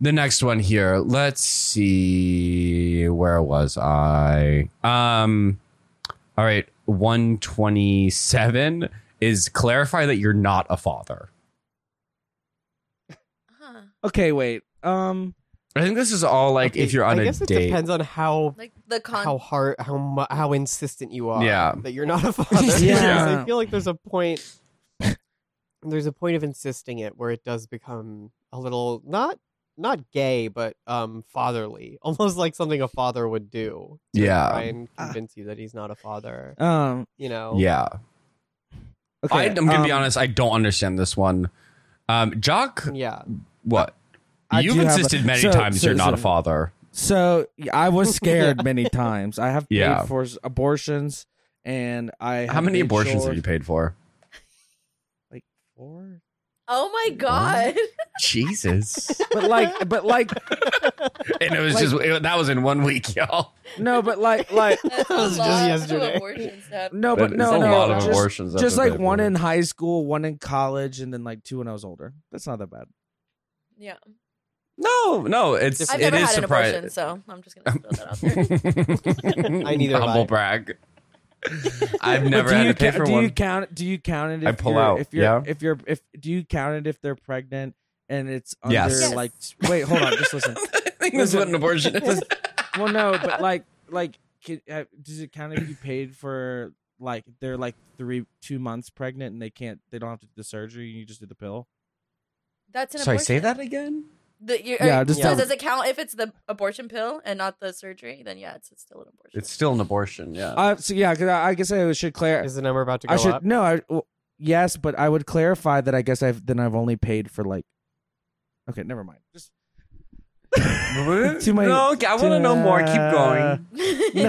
S2: the next one here. Let's see. Where was I? Um. All right, 127 is clarify that you're not a father.
S3: Huh.
S1: Okay, wait. Um,
S2: I think this is all like if you're on
S4: I
S2: a
S4: guess it
S2: date.
S4: depends on how
S3: Like the con.
S4: how hard how mu- how insistent you are.
S2: Yeah.
S4: That you're not a father.
S1: Yeah.
S4: Because I feel like there's a point. There's a point of insisting it where it does become a little not not gay but um fatherly, almost like something a father would do. to
S2: Yeah.
S4: Try and
S1: Ah.
S4: convince you that he's not a father.
S1: um.
S4: You know.
S2: Yeah.
S1: Okay,
S2: I, am gonna be
S1: um,
S2: honest. I don't understand this one. Um, Jock,
S4: Yeah.
S2: what
S1: I
S2: you've
S1: do have a-
S2: insisted many
S1: so-
S2: times
S1: so-
S2: you're not a
S1: so-
S2: father.
S1: So yeah, I was scared many times. I have paid
S2: Yeah.
S1: for s- abortions, and I
S2: How
S1: have
S2: many
S1: made
S2: abortions
S1: sure-
S2: have you paid for?
S1: Like four.
S3: oh my god!
S2: Jesus!
S1: But like, but like,
S2: and it was
S1: Like-
S2: just it- that was in one week, y'all.
S1: no, but like, like,
S3: That's a
S4: was just
S3: lot of
S4: yesterday.
S3: abortions to have.
S1: no,
S2: That
S1: but
S2: is
S1: no,
S2: a
S1: no,
S2: lot of
S1: just,
S2: abortions. I've
S1: just
S2: been
S1: like
S2: paid
S1: one
S2: for.
S1: in high school, one in college, and then like two when I was older. That's not that bad.
S3: Yeah,
S2: No, no, it's
S3: I've
S2: it
S3: never
S2: is
S3: had an abortion,
S2: surprising.
S3: so I'm just gonna throw that out there.
S2: I
S4: neither have
S2: humble
S4: I.
S2: brag. I've
S1: But
S2: never
S1: do
S2: had
S1: you
S2: to pay
S1: ca-
S2: for
S1: do
S2: one.
S1: you count? Do you count it? If
S2: I pull
S1: you're,
S2: out,
S1: If you're,
S2: yeah.
S1: if you're, if do you count it if they're pregnant and it's under
S2: Yes.
S3: Yes.
S1: like? Wait, hold on. Just listen.
S2: I think that's what an abortion is.
S1: well, no, but like, like, can, uh, does it count if you paid for like they're like three, two months pregnant and they can't, they don't have to do the surgery, and you just do the pill?
S3: That's an
S2: Sorry,
S3: abortion.
S2: say that again.
S3: The, you,
S1: Yeah,
S3: or-
S1: just
S3: so
S1: don't-
S3: does it count if it's the abortion pill and not the surgery? Then yeah, it's, it's still an abortion.
S2: It's still an abortion. Yeah.
S1: Uh, so yeah, 'cause I I guess I should clarify.
S4: Is the number about to go
S1: I should
S4: up?
S1: no. I well, yes, but I would clarify that. I guess I've then I've only paid for like. Okay, never mind. Just too many-
S2: no, I want to know more. Keep going.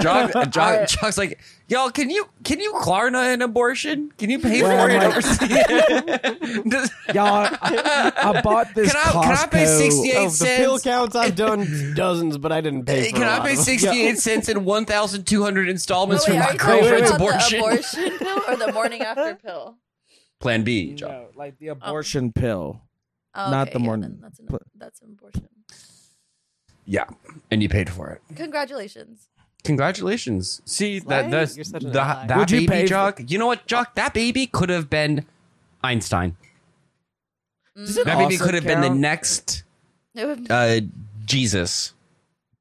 S2: Jock,
S1: I-
S2: Jock, Jock's like, y'all, can you can you Klarna an abortion? Can you pay
S1: Well,
S2: for it
S1: like-
S4: Oh,
S2: overseas? Does-
S1: Y'all, I bought this
S2: Can I, can I pay
S1: Costco-
S2: sixty eight
S4: Oh, the pill
S2: cents?
S4: counts I've done dozens, but I didn't pay. For
S2: Can
S4: a
S2: I
S4: lot
S2: pay
S4: of them.
S2: sixty eight cents in one thousand two hundred installments
S3: Oh, wait,
S2: for
S3: are
S2: my
S3: you talking
S2: girlfriend's
S3: about
S2: abortion?
S3: The abortion pill or the morning after pill?
S2: Plan B, Jock.
S1: Oh, No, like the abortion pill.
S3: Oh,
S1: Not
S3: okay,
S1: the
S3: yeah,
S1: morning
S3: then that's an,
S1: pl-
S3: that's an abortion.
S2: Yeah, and you paid for it.
S3: Congratulations.
S2: Congratulations. See
S4: Slay?
S2: that that's
S4: You're
S2: that,
S4: such an ally.
S2: that
S1: Would you pay
S2: baby
S1: for-
S2: Jock. You know what, Jock? That baby could have been Einstein.
S1: Does it
S2: That baby
S1: also
S2: could have been the
S1: count?
S2: next
S3: Mm, It would-
S2: uh, Jesus.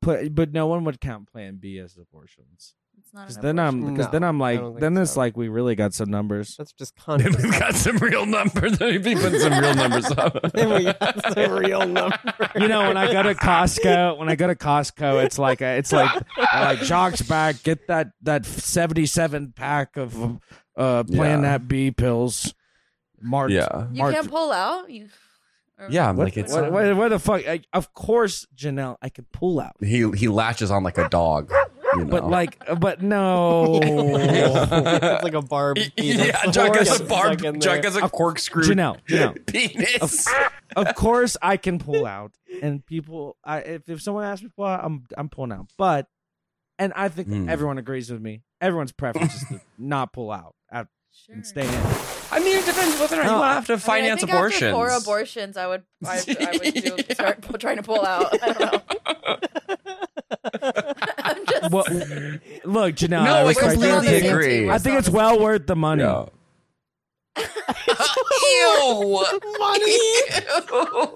S1: But, but no one would count Plan B as abortions.
S3: it's not
S1: Because
S3: an
S1: then I'm because
S4: No,
S1: then I'm
S4: I
S1: like
S4: don't think
S1: then it's
S4: so.
S1: like we really got some numbers.
S4: That's just
S2: Then
S4: content.
S2: we've got some real numbers. Then we put some real numbers up.
S4: then we got the real number.
S1: You know, when I go to Costco, when I go to Costco, it's like a, it's like like Jock's back. Get that that seventy seven pack of uh Plan
S2: Yeah.
S1: That B pills. Marked.
S2: Yeah.
S3: You
S1: marked-
S3: can't pull out. You, or-
S2: Yeah, I'm
S1: What-
S2: like it's
S1: what- what- what the fuck? I, of course, Janelle, I could pull out.
S2: he he latches on like a dog. You know?
S1: But like, uh, but no,
S4: it's like a barb.
S2: Oh. yeah, Jock has a barb. Jock
S4: Jack
S2: has a corkscrew
S1: Janelle, Janelle.
S2: penis.
S1: of course I can pull out, and people. I if, if someone asks me to pull out, I'm I'm pulling out. But, and I think
S2: Hmm.
S1: everyone agrees with me. Everyone's preference is to not pull out at,
S3: Sure.
S1: and stay in.
S2: I mean, it depends whether or not
S1: No.
S2: you want to have to
S3: I mean, I
S2: finance
S3: think
S2: abortions.
S3: After four abortions, I would, I, I would do, start pu- trying to pull out. I don't know. I'm just
S1: Well, look, Janelle.
S2: No,
S1: I,
S2: I
S1: respect
S3: we're still
S1: your
S3: on the same
S2: completely
S1: opinion.
S2: agree.
S3: team. We're
S1: I think
S3: still
S1: it's
S3: on
S1: well worth the money.
S2: Yeah. Ew! Money!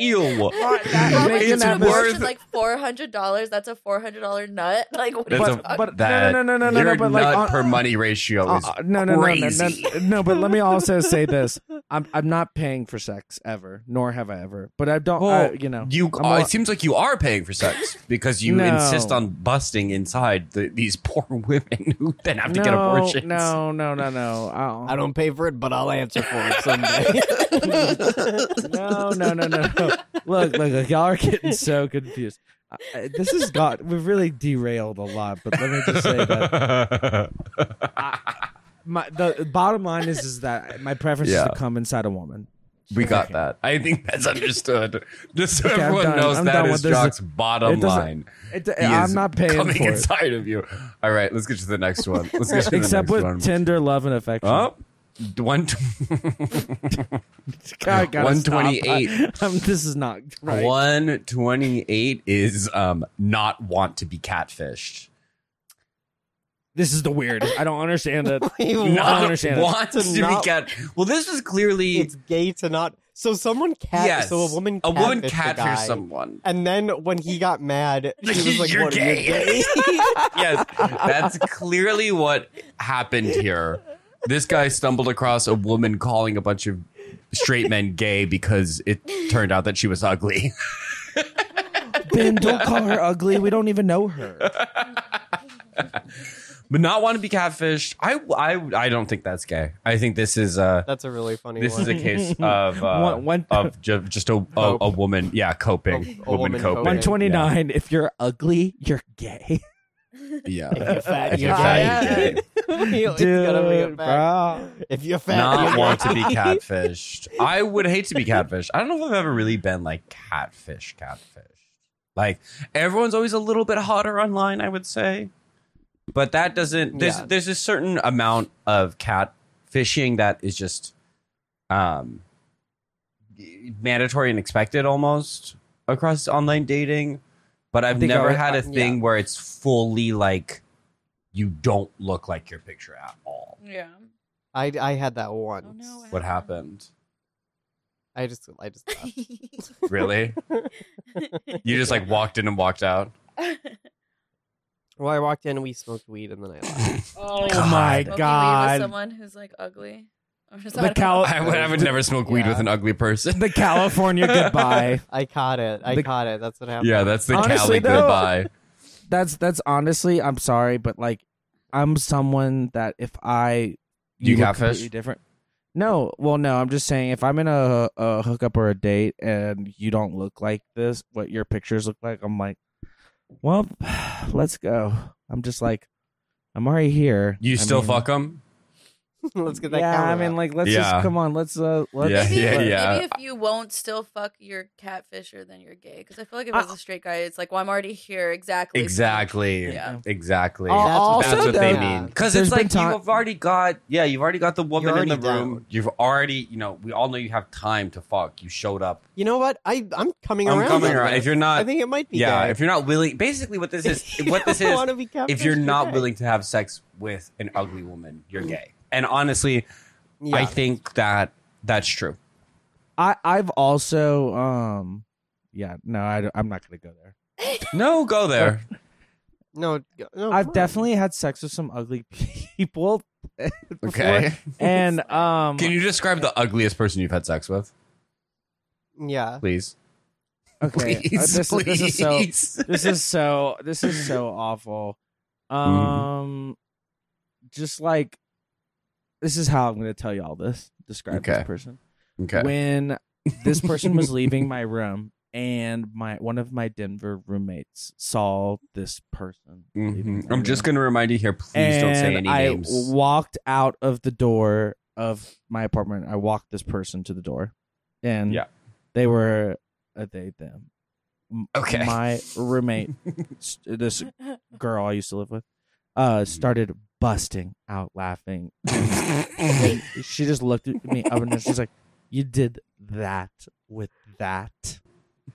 S2: Ew!
S3: the same-
S1: Making
S2: It's
S1: that
S3: An abortion
S2: worth.
S3: like four hundred dollars. That's a four hundred dollar nut. Like what are you
S2: That's
S1: But-
S2: a-
S1: but- no,
S2: that-
S1: no, no, no, no,
S2: your
S1: no, but, like,
S2: nut
S1: on-
S2: per money ratio is
S1: Uh, uh, no, no, no, no, no,
S2: crazy.
S1: no. But let me also say this: I'm I'm not paying for sex ever, nor have I ever. But I don't, I- you know,
S2: You,
S1: I'm
S2: uh,
S1: all-
S2: it seems like you are paying for sex because you
S1: No.
S2: insist on busting inside the, these poor women who then have to
S1: no,
S2: get abortions.
S1: No, no, no, no.
S4: I don't pay for it, but I'll answer for it someday.
S1: No, no, no, no. no. Look, look, look, y'all are getting so confused. I- I- This has got we've really derailed a lot, but let me just say that my the bottom line is is that my preference is
S2: Yeah.
S1: to come inside a woman.
S2: we got that. I think that's understood. Just so
S1: Okay, I'm
S2: everyone
S1: done.
S2: knows
S1: I'm
S2: that
S1: done
S2: is
S1: with this.
S2: Jock's
S1: It
S2: bottom
S1: doesn't-
S2: line.
S1: It,
S2: He
S1: I'm
S2: is
S1: not paying
S2: coming
S1: for it,
S2: inside of you. All right, let's get to the next one. Let's get to the
S1: except
S2: next
S1: with
S2: one.
S1: tender love and affection.
S2: Oh, one tw-
S1: God, I gotta
S2: 128.
S1: stop. I- I'm- this is not right.
S2: 128 is um, not want to be catfished.
S1: This is the weird. I don't understand it.
S4: You
S1: No. I don't understand it.
S2: Want
S4: To
S2: to,
S4: not-
S2: be cat. Well, this was clearly
S4: it's gay to not. So someone cat.
S2: yes.
S4: So a woman.
S2: a woman
S4: catfished a guy,
S2: catfished someone.
S4: And then when he got mad, she was like,
S2: You're
S4: "What
S2: gay."
S4: are you gay?"
S2: yes, that's clearly what happened here. This guy stumbled across a woman calling a bunch of straight men gay because it turned out that she was ugly.
S1: Ben, don't call her ugly. We don't even know her.
S2: but not want to be catfished. I, I, I don't think that's gay. I think this is uh
S4: That's a really funny
S2: this
S4: one.
S2: is a case of uh,
S1: One- one-
S2: of ju- just a, a, a woman, yeah, coping,
S4: A- a
S2: woman,
S4: woman
S2: coping.
S4: coping.
S1: 129. If you're ugly, you're gay.
S2: Yeah,
S4: You're fat,
S2: If
S4: you're
S2: you're fat,
S4: gay.
S2: you're gay.
S4: It's gotta be a
S1: Dude,
S4: fact.
S1: bro.
S4: If you're fat, you're
S2: not
S4: gay.
S2: want to be catfished. I would hate to be catfished. I don't know if I've ever really been like catfish, catfish. Like everyone's always a little bit hotter online, I would say. But that doesn't there's
S4: Yeah.
S2: there's a certain amount of catfishing that is just um mandatory and expected almost across online dating. But I've
S1: think I
S2: never
S1: would-
S2: had
S1: I-
S2: a thing where it's fully like you don't look like your picture at all.
S3: Yeah.
S4: I, I had that once.
S3: Oh, no.
S2: What happened?
S4: I just I just laughed.
S2: Really? you just like walked in and walked out?
S4: well, I walked in and we smoked weed and then I laughed.
S1: Oh
S2: God.
S1: my
S3: Smoking weed with
S1: god.
S3: someone who's like ugly. I'm just
S1: The Cal-
S2: I would, I would never smoke weed
S4: Yeah.
S2: with an ugly person.
S1: the California goodbye.
S4: I caught it. I
S1: The-
S4: caught it. That's what happened.
S2: yeah, that's the
S1: Honestly,
S2: Cali
S1: though-
S2: goodbye.
S1: That's that's honestly, I'm sorry, but like I'm someone that if I
S2: Do you
S1: look
S2: catfish?
S1: completely different. No, well, no. I'm just saying, if I'm in a, a hookup or a date and you don't look like this, what your pictures look like, I'm like, well, let's go. I'm just like, I'm already here.
S2: You
S1: I
S2: still
S1: mean-
S2: fuck them?
S4: Let's get that
S1: yeah,
S4: camera.
S1: I mean, like, let's
S2: Yeah.
S1: just come on. Let's uh, let's
S2: Yeah,
S3: maybe,
S2: yeah,
S3: if,
S2: yeah.
S3: maybe if you won't still fuck your catfisher, then you're gay. Because I feel like if it
S4: Ah.
S3: was a straight guy, it's like, well, I'm already here. Exactly.
S2: Exactly.
S3: Yeah.
S2: Exactly.
S4: Oh,
S2: that's
S4: also,
S2: what they
S4: though-
S2: mean. Because
S1: There's
S2: it's
S1: been
S2: like
S1: ti-
S2: you've already got, yeah, you've already got the woman in
S4: already
S2: the room.
S4: down.
S2: You've already, you know, we all know you have time to fuck. You showed up.
S4: you know what? I I'm coming
S2: I'm
S4: around.
S2: coming
S4: on
S2: around.
S4: this.
S2: If you're
S4: I
S2: not,
S4: think it might be.
S2: yeah,
S4: gay.
S2: if you're not willing, basically what this is,
S4: You
S2: what this
S4: don't
S2: is,
S4: wanna be
S2: if you're
S4: catfished,
S2: not
S4: gay.
S2: willing to have sex with an ugly woman, you're gay. And honestly,
S4: Mm. yeah.
S2: I think that that's true.
S1: I I've also um, yeah. No, I, don't- I'm not gonna go there.
S2: No, go there.
S4: no, no,
S1: I've
S4: come on.
S1: definitely had sex with some ugly people. before.
S2: Okay.
S1: And um,
S2: Can you describe the ugliest person you've had sex with,
S4: Yeah.
S2: please?
S1: okay, uh,
S2: Please,
S1: this, is- this is so.
S2: please.
S1: This is so. This is so awful.
S2: Mm-hmm.
S1: Um, just like this is how I'm gonna tell you all this. Describe
S2: Okay.
S1: this person
S2: Okay.
S1: when this person was leaving my room and my one of my Denver roommates saw this person. leaving
S2: Mhm.
S1: my
S2: I'm just
S1: room.
S2: going to remind you here, please don't say
S1: And
S2: any
S1: I
S2: names.
S1: walked out of the door of my apartment. I walked this person to the door, and
S2: Yeah.
S1: they were a they them. M-
S2: Okay.
S1: my roommate, s- this girl I used to live with, uh, started busting out laughing. She just looked at me up and down. she's like, "You did that with that."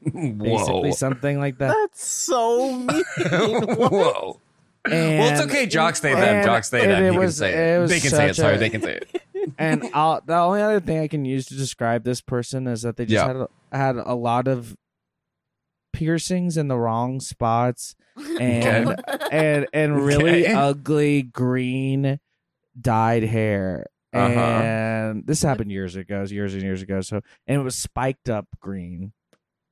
S1: Basically,
S2: Whoa.
S1: something like that.
S4: That's so mean.
S2: Whoa.
S1: And,
S2: well, it's okay. Jocks they them.
S1: and-
S2: Jocks they
S1: and
S2: them.
S1: it
S2: You can
S1: was-
S2: say
S1: it
S2: it.
S1: was
S2: They can say it.
S1: such
S2: Sorry,
S1: a-
S2: they can say it.
S1: and I'll, the only other thing I can use to describe this person is that they just
S2: Yeah.
S1: had a, had a lot of piercings in the wrong spots and and and really
S2: Okay.
S1: ugly green dyed hair.
S2: Uh-huh.
S1: And this happened years ago, it was years and years ago. So and it was spiked up green,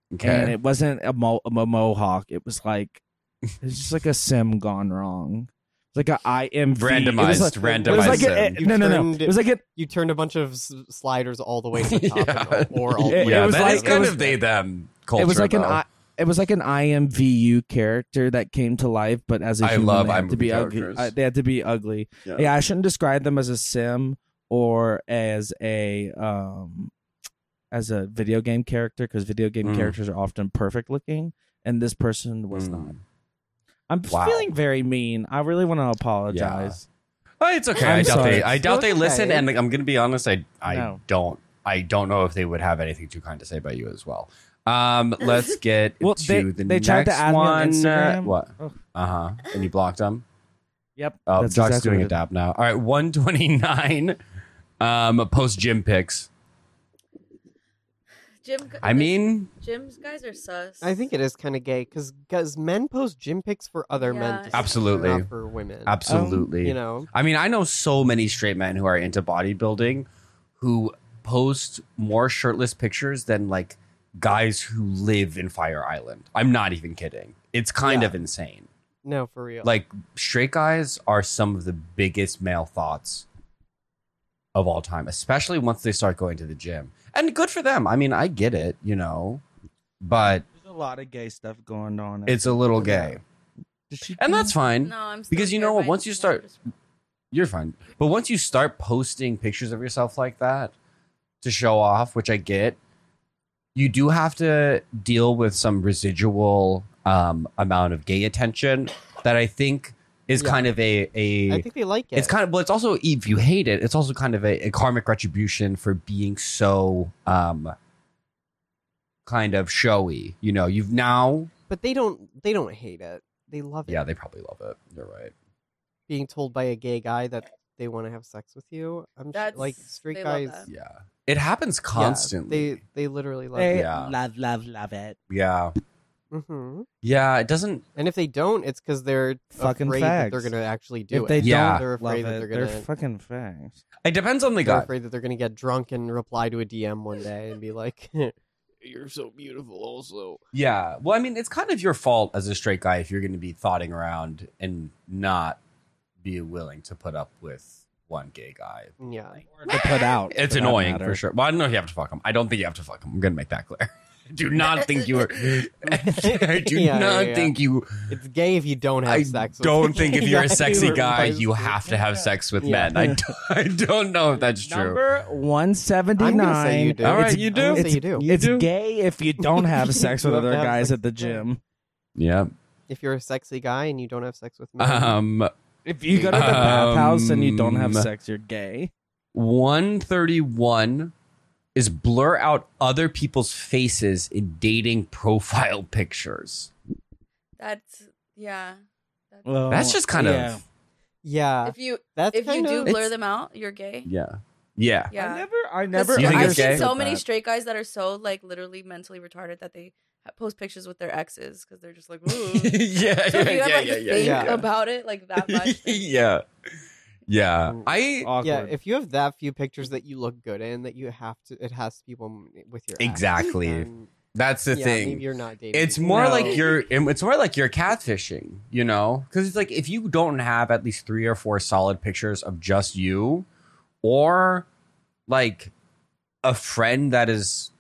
S1: and
S2: Okay.
S1: it wasn't a, mo- a mo- mohawk. It was like it's just like a sim gone wrong. It's like a IMV. It was
S2: Randomized.
S1: like, it was
S2: randomized.
S1: like a,
S2: sim.
S1: no, no, no. It was like a
S4: you turned a bunch of s- sliders all the way to the top
S2: Yeah.
S4: or all
S1: It-
S4: the way
S2: yeah,
S1: was
S2: that
S1: like-
S2: is kind
S1: was-
S2: of they them culture.
S1: it was like an
S2: though.
S1: I, it was like an IMVU character that came to life, but as a
S2: I
S1: human,
S2: love
S1: they had to
S2: IMVU
S1: be ugly.
S2: characters.
S1: I- they had to be ugly.
S2: Yeah.
S1: Yeah. I shouldn't describe them as a sim or as a um as a video game character because video game
S2: Mm.
S1: characters are often perfect looking, and this person was
S2: Mm.
S1: not. I'm
S2: Wow.
S1: feeling very mean. I really want to apologize.
S2: Oh, it's okay.
S1: I'm
S2: i doubt
S1: sorry.
S2: they. I doubt they
S4: Okay.
S2: listen. And I'm going to be honest. I I
S1: No.
S2: don't. I don't know if they would have anything too kind to say about you as well. Um, let's get
S1: Well,
S2: to
S1: they-
S2: the
S1: they
S2: next
S1: tried to add me on
S2: one.
S1: Instagram.
S2: what?
S1: Ugh.
S2: Uh huh. And you blocked them.
S1: Yep.
S2: Oh,
S1: that's
S2: Doc's
S1: exactly
S2: doing
S1: what
S2: a
S1: it-
S2: dab now. All right, one twenty nine. Um, post gym pics.
S3: Jim, gu-
S2: I
S1: Um,
S2: mean,
S3: Jim's guys are sus.
S4: I think it is kind of gay because men post gym pics for other men,
S3: Yeah.
S4: to see if they're
S2: Absolutely.
S4: not for women.
S2: absolutely.
S4: You know,
S2: I mean, I know so many straight men who are into bodybuilding who post more shirtless pictures than like guys who live in Fire Island. I'm not even kidding. It's kind
S4: Yeah.
S2: of insane.
S4: no, for real.
S2: Like straight guys are some of the biggest male thoughts of all time, especially once they start going to the gym. And good for them. I mean, I get it, you know, but
S1: There's a lot of gay stuff going on.
S2: it's a little gay.
S1: Did she-
S2: And that's fine.
S3: No, I'm still
S2: Because you know what?
S3: terrified
S2: Once you
S3: of
S2: start-
S3: cats.
S2: You're fine. But once you start posting pictures of yourself like that to show off, which I get, you do have to deal with some residual um, amount of gay attention that I think is
S4: Yeah.
S2: kind of a
S4: I
S2: a
S4: think they like it.
S2: it's kind of well, it's also if you hate it, it's also kind of a, a karmic retribution for being so um kind of showy. You know, you've now
S4: but they don't. They don't hate it. They love it.
S2: yeah, they probably love it. You're right.
S4: Being told by a gay guy that they want to have sex with you. I'm sh-
S3: That's-
S4: like straight
S3: they love
S4: guys.
S3: that.
S2: Yeah. It happens
S4: yeah,
S2: constantly.
S4: they they literally love.
S1: They
S4: it.
S2: Yeah.
S1: love, love, love it.
S2: Yeah.
S4: hmm
S2: Yeah, it doesn't.
S4: And if they don't, it's because they're
S1: Fucking
S4: afraid that they're
S1: fags.
S4: going to actually
S1: if
S4: do it.
S1: they
S2: Yeah.
S1: don't
S4: They're afraid
S1: love
S4: that
S1: it,
S4: they're
S1: they're,
S4: gonna-
S1: fucking fags.
S2: It depends on the
S4: they're
S2: guy.
S4: afraid that they're going to get drunk and reply to a DM one day and be like, "You're so beautiful." Also,
S2: Yeah. Well, I mean, it's kind of your fault as a straight guy if you're going to be thotting around and not be willing to put up with one gay guy.
S4: yeah.
S1: To put out.
S2: It's
S1: for that
S2: annoying
S1: matter.
S2: for sure. Well, I don't know if you have to fuck him. I don't think you have to fuck him. I'm going to make that clear. Do not think you are. I do
S4: Yeah,
S2: not
S4: yeah, yeah.
S2: think you.
S4: It's gay if you don't have
S2: I
S4: sex. with
S2: don't
S4: the
S2: think if
S4: gay
S2: you're
S4: guy
S2: a
S4: who
S2: sexy guy,
S4: replies
S2: you
S4: to-
S2: have to have sex with
S4: Yeah.
S2: men. I don't, I don't know if that's true.
S1: Number one seventy
S4: I'm gonna say you
S1: nine.
S4: do.
S2: All right,
S4: It's-
S2: you
S4: I'm
S2: do.
S4: gonna say
S1: It's,
S4: you do.
S1: it's
S2: do.
S1: gay if you don't have sex with
S4: You have
S1: other
S4: to have
S1: guys
S4: sex
S1: at the
S4: with them.
S1: gym.
S2: Yeah.
S4: If you're a sexy guy and you don't have sex with Uh-huh. men,
S2: Um,
S1: If you go to the
S2: Um,
S1: bathhouse and you don't have sex, you're gay.
S2: 131 is blur out other people's faces in dating profile pictures.
S3: That's yeah. That's,
S1: Well,
S2: That's just kind
S1: yeah.
S2: of
S4: yeah,
S3: if you
S4: Uh, that's
S3: if you
S4: kind
S3: do
S4: of-
S3: blur
S4: it's-
S3: them out, you're gay.
S2: yeah. Yeah.
S1: I
S3: Yeah.
S1: never, I
S3: 'Cause
S1: never.
S2: You think
S3: I've
S2: it's gay?
S3: seen so
S1: understood
S3: many
S1: that.
S3: straight guys that are so like literally mentally retarded that they ha- post pictures with their exes because they're just like,
S2: yeah,
S3: ooh. so if you
S2: yeah, yeah,
S3: ever
S2: yeah,
S3: think
S2: yeah, yeah.
S3: about it like that much, then-
S2: yeah. Yeah. I
S1: Awkward.
S4: yeah. If you have that few pictures that you look good in, that you have to, it has to be one with your ex,
S2: Exactly.
S4: then,
S2: that's the
S4: yeah,
S2: thing.
S4: Maybe you're not dating.
S2: It's
S4: people.
S2: more
S1: No.
S2: like you're. It's more like you're catfishing, you know? Because it's like if you don't have at least three or four solid pictures of just you, or like a friend that is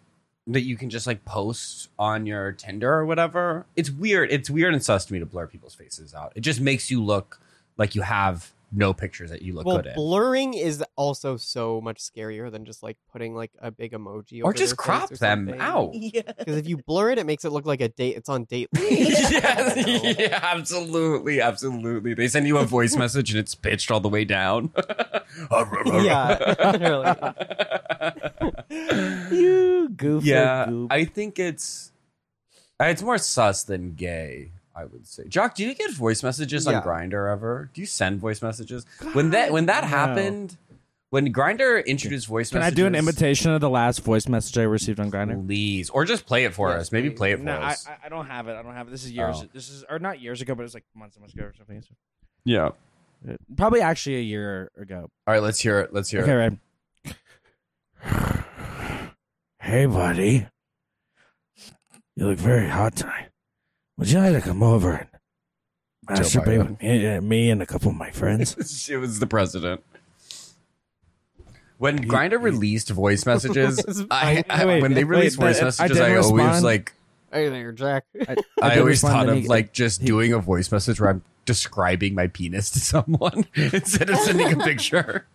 S2: that you can just like post on your Tinder or whatever. It's weird. It's weird and sus to me to blur people's faces out. It just makes you look like you have no pictures that you look
S4: well,
S2: good in.
S4: blurring is also so much scarier than just like putting like a big emoji
S2: or
S4: over
S2: just crop them out.
S4: Because if you blur it, it makes it look like a date. It's on date.
S2: yes, yeah, absolutely, absolutely. They send you a voice message and it's pitched all the way down.
S4: yeah, literally.
S1: you goofy.
S2: yeah,
S1: oh, goop.
S2: I think it's uh, it's more sus than gay. I would say, Jock, do you get voice messages
S4: Yeah.
S2: on Grinder ever? Do you send voice messages when that when that
S1: No.
S2: happened? When Grinder introduced voice
S1: Can I
S2: messages,
S1: do an imitation of the last voice message I received on Grinder?
S2: Please, or just play it for
S4: Yes,
S2: us. Maybe
S4: please.
S2: play it for
S1: No, I,
S2: us.
S1: I- I don't have it. I don't have it. This is years.
S2: Oh.
S1: This is or not years ago, but it's like months and months ago or something. So-
S2: yeah. All
S1: Probably actually a year ago.
S2: right, let's hear it. Let's hear
S1: Okay,
S2: it.
S1: right. Hey, buddy. You look very hot tonight. Would you like to come over and
S2: Joe Biden.
S1: masturbate with me, uh, me and a couple of my friends?
S2: it was the president. When Grinder released voice messages,
S4: It's
S2: I,
S4: fine.
S2: I-
S1: Wait,
S2: when they
S1: wait,
S2: released voice
S1: that- I
S2: messages,
S1: didn't
S2: I, always
S1: respond.
S2: like
S4: Hey there, Jack.
S2: I,
S1: did
S2: always
S1: respond
S2: thought
S1: to
S2: of
S1: me-
S2: like just
S1: he-
S2: doing a voice message where I'm describing my penis to someone instead of sending a picture.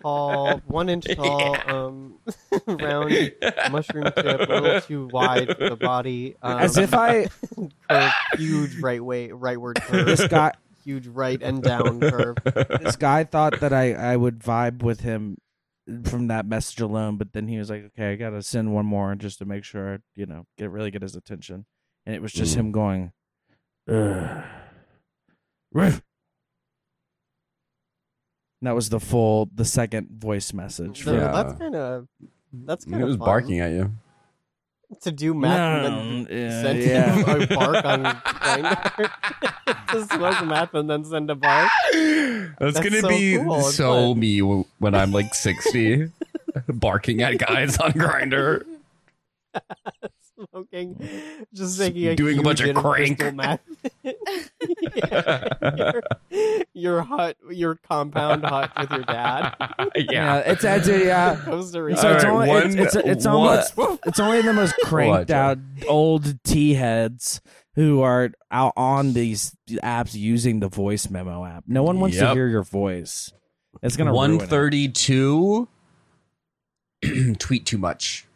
S4: Tall, one inch tall, um, round mushroom tip, a little too wide for the body. Um,
S1: As if I
S4: curve, huge right way, rightward
S1: this
S4: curve,
S1: guy
S4: huge right and down curve.
S1: this guy thought that I I would vibe with him from that message alone, but then he was like, "Okay, I gotta send one more just to make sure you know get really get his attention," and it was just
S2: Mm.
S1: him going, "Ugh." Ruff. And that was the full the second voice message.
S4: So
S1: for-
S2: Yeah.
S4: That's kind of that's kind
S2: He
S4: of
S2: was barking at you.
S4: to do math and
S1: No,
S4: then
S1: yeah,
S4: send
S1: yeah.
S4: a bark on Grindr. to smoke math and then send a bark.
S2: That's,
S4: That's
S2: gonna
S4: so
S2: be
S4: cool and
S2: so
S4: fun.
S2: me w- when I'm like 60, barking at guys on Grinder.
S4: Smoking, just making a
S2: Doing a
S4: huge
S2: bunch of
S4: hit
S2: crank.
S4: crystal Meth. Yeah. your, your hut, your compound hut with your dad.
S1: yeah, it's it's a, yeah.
S4: Costa
S1: And
S4: Rica.
S1: So it's
S2: All
S1: only
S2: right,
S1: it's,
S2: one-
S1: it's, it's
S2: one-
S1: almost it's only the most cranked
S2: Joe?
S1: out old tea heads who are out on these apps using the voice memo app. No one wants to
S2: Yep.
S1: hear your voice. It's gonna ruin it.
S2: 132 tweet too much.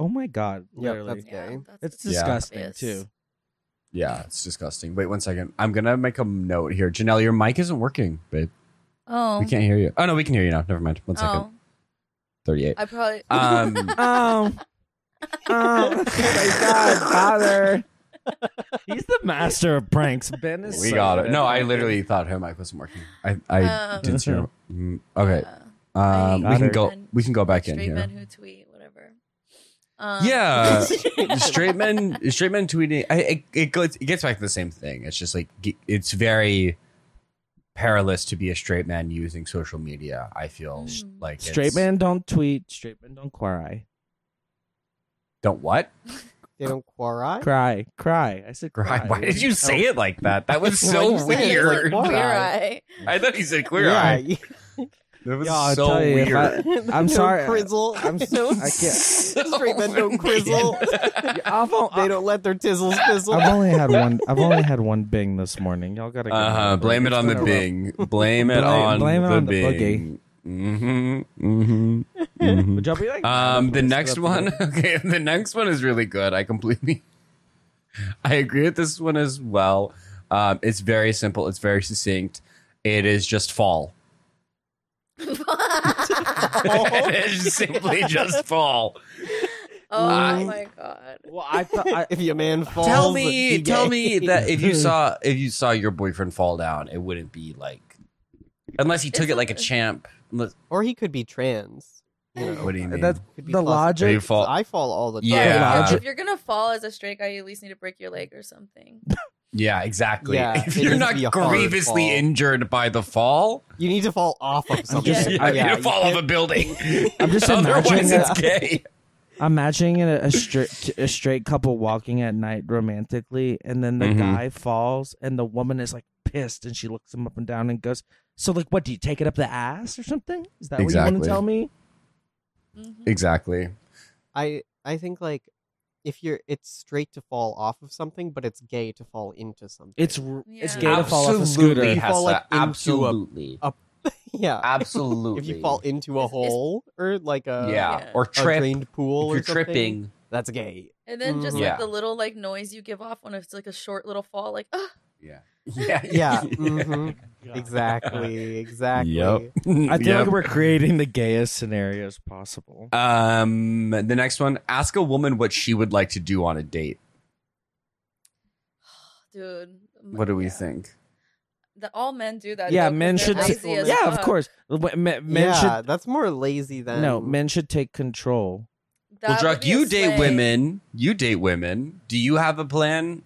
S1: Oh my god!
S4: Yep,
S1: Literally,
S4: that's-
S3: yeah,
S4: Okay.
S3: that's
S1: it's
S2: Yeah.
S1: disgusting
S3: Yes.
S1: too.
S2: Yeah, it's disgusting. Wait one second. I'm gonna make a note here. Janelle, your mic isn't working, babe.
S1: Um,
S3: oh
S2: We can't hear you. Oh no, we can hear you now. Never mind. One second.
S3: oh
S2: 38.
S3: I probably
S2: Um
S1: Oh, oh my god, father! He's the master of pranks. Ben is.
S2: we
S1: so
S2: got it.
S1: good.
S2: No, I literally thought her mic wasn't working. I, I
S3: Um,
S2: didn't hear. Mm, Okay.
S3: uh,
S2: Um, we can
S1: Got
S2: go
S3: her.
S2: we can go back in
S3: straight
S2: here.
S3: men who tweet whatever. Um,
S2: Yeah. straight men straight men tweeting I, it, it goes it gets back to the same thing it's just like g- it's very perilous to be a straight man using social media i feel
S4: Mm.
S3: Mhm.
S2: like it's-
S1: Straight men don't tweet. Straight men don't cry.
S2: don't what
S4: They don't quarrel.
S1: Cry, cry. I said cry.
S2: why did you say it like that that was
S4: Why'd
S2: so
S4: you say it like
S2: weird
S4: that?
S3: Queer eye.
S2: i thought you said clear
S4: yeah,
S2: eye
S4: you-
S2: that was
S1: Yeah, I'll
S2: so
S1: tell you, if
S2: weird
S1: I- I'm
S4: no
S1: sorry.
S4: Crizzle.
S1: I'm
S4: no,
S1: I can't.
S4: straight men don't crizzle.
S1: I've, o-
S4: they don't let their tizzles fizzle.
S1: I've only had one. I've only had one Bing this morning. Y'all gotta go
S2: uh-huh blame it
S1: It's
S2: on
S1: been
S2: the
S1: a rough-
S2: bing blame it
S1: Blame-
S2: on
S1: blame it
S2: the
S1: on the
S2: bing mm-hmm mm-hmm mm-hmm
S1: Would y'all be like,
S2: Um, the
S1: "That's
S2: next
S1: up
S2: one,
S1: there."
S2: okay, the next one is really good. I completely, I agree with this one as well. Um, it's very simple. It's very succinct. It is just fall. it is simply just fall.
S3: oh
S2: I-
S3: my god.
S1: Well, I thought. I,
S4: if your man falls,
S2: tell me,
S4: he
S2: tell
S4: gay.
S2: me that if you saw if you saw your boyfriend fall down, it wouldn't be like, unless he took it like a champ. Unless-
S4: or he could be trans. You know,
S2: What do you mean?
S1: that's
S4: Could be
S1: the
S4: plus-
S2: They
S1: logic.
S2: fall.
S4: I fall all the time.
S2: Yeah.
S3: Like,
S1: Uh,
S3: if you're gonna fall as a straight guy, you at least need to break your leg or something.
S2: yeah, exactly.
S4: Yeah,
S2: if
S4: it
S2: you're
S4: needs to
S2: not
S4: be a hard
S2: grievously
S4: fall.
S2: injured by the fall,
S4: You need to fall off of something.
S1: just-
S2: yeah,
S1: I-
S2: you
S4: yeah,
S2: need to fall off a building.
S1: I'm just
S2: Otherwise,
S1: imagining.
S2: it's
S1: A,
S2: gay.
S1: I'm imagining a, a straight a straight couple walking at night romantically, and then the
S2: Mhm.
S1: guy falls, and the woman is like pissed, and she looks him up and down and goes, "So, like, what do you take it up the ass or something? Is that what you want
S2: Exactly.
S1: to tell me?"
S3: Mhm.
S2: Exactly.
S4: I I think like if you're it's straight to fall off of something, but it's gay to fall into something.
S1: It's r it's
S3: Yeah.
S1: gay to fall off a scooter.
S4: Fall, like, into a-
S2: absolutely.
S4: yeah.
S2: absolutely.
S4: If you fall into a
S3: It's- it's-
S4: hole or like a
S2: yeah.
S3: Yeah.
S2: Or
S4: a
S2: trip.
S4: drained
S2: if
S4: pool
S2: you're
S4: or something,
S2: tripping.
S4: that's gay.
S3: And then just
S4: Mhm.
S3: like
S2: Mm-hmm. Yeah.
S3: the little like noise you give off when it's like a short little fall, like ah,
S2: Yeah. Yeah.
S4: Yeah, hmm exactly, exactly.
S1: I feel like we're creating the gayest scenarios possible.
S2: um, the next one ask a woman what she would like to do on a date.
S3: dude.
S2: What do we
S3: Yeah.
S2: think?
S3: The, all men do that.
S1: yeah,
S3: though, 'cause
S1: men
S3: they're
S1: should.
S4: t-
S3: lazy as
S1: yeah, of
S3: fuck.
S1: course. Men, men
S4: yeah,
S1: should.
S4: that's more lazy than
S1: No, men should take control.
S3: That
S2: well,
S3: would
S2: Druck,
S3: be a
S2: you date
S3: slay.
S2: women. You date women. Do you have a plan?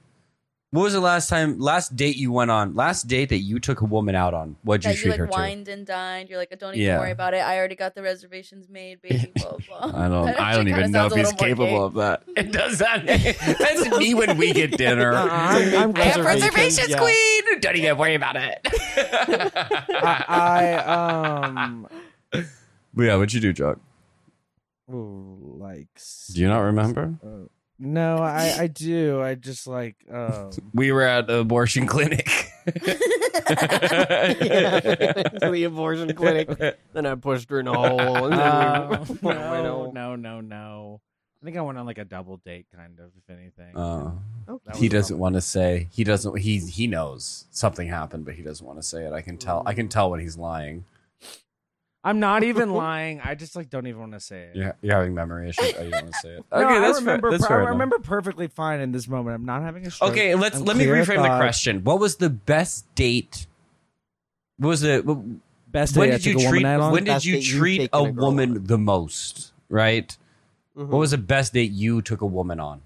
S2: What was the last time, last date you went on? Last date that you took a woman out on? What'd you
S3: That you
S2: treat her
S3: like
S2: to?
S3: wined and dined. You're like, don't even
S2: Yeah.
S3: worry about it. I already got the reservations made, baby. Blah, blah.
S2: I don't.
S3: That
S2: I don't
S3: actually
S2: even
S3: kinda
S2: know
S3: sounds
S2: if
S3: a
S2: he's
S3: little more
S2: capable of that. It does that. That's me when we get dinner.
S1: I'm-
S4: Um,
S1: I'm-
S3: gay. I have
S4: Reservations,
S2: reservations,
S4: yeah.
S2: queen. Don't even worry about it.
S1: I, I um
S2: yeah, what'd you do, Jock?
S1: ooh, like s- uh,
S2: Do you not remember?
S1: no, I I do. I just like um
S2: We were at the abortion clinic.
S4: Yeah, to the abortion clinic. Um, Then I pushed her in a hole. And then
S1: uh,
S4: we went
S1: no,
S4: home.
S1: no, no, no. I think I went on like a double date kind of if anything.
S2: Uh,
S1: That
S2: he
S1: was
S2: doesn't
S1: fun.
S2: want to say. He doesn't. He he knows something happened, but he doesn't want to say it. I can tell. I can tell when he's lying.
S1: I'm not even lying. I just like don't even want to say it.
S2: You're, you're having memory issues. I don't want to say it.
S1: No, I
S2: fair-
S1: remember
S2: that's
S1: per-
S2: fair
S1: I
S2: enough.
S1: remember perfectly fine in this moment. I'm not having a stroke.
S2: Okay, let's
S1: I'm
S2: let me
S1: clear of
S2: reframe the
S1: thought.
S2: question. What was the best date? What was the when
S1: Best day I
S2: did you
S1: took a
S2: treat
S1: woman out on?
S2: when did
S4: Best
S2: you
S4: date you've
S2: treat
S4: taken
S2: a
S4: a girl
S2: woman
S4: on.
S2: the most? Right?
S4: Mhm.
S2: What was the best date you took a woman on?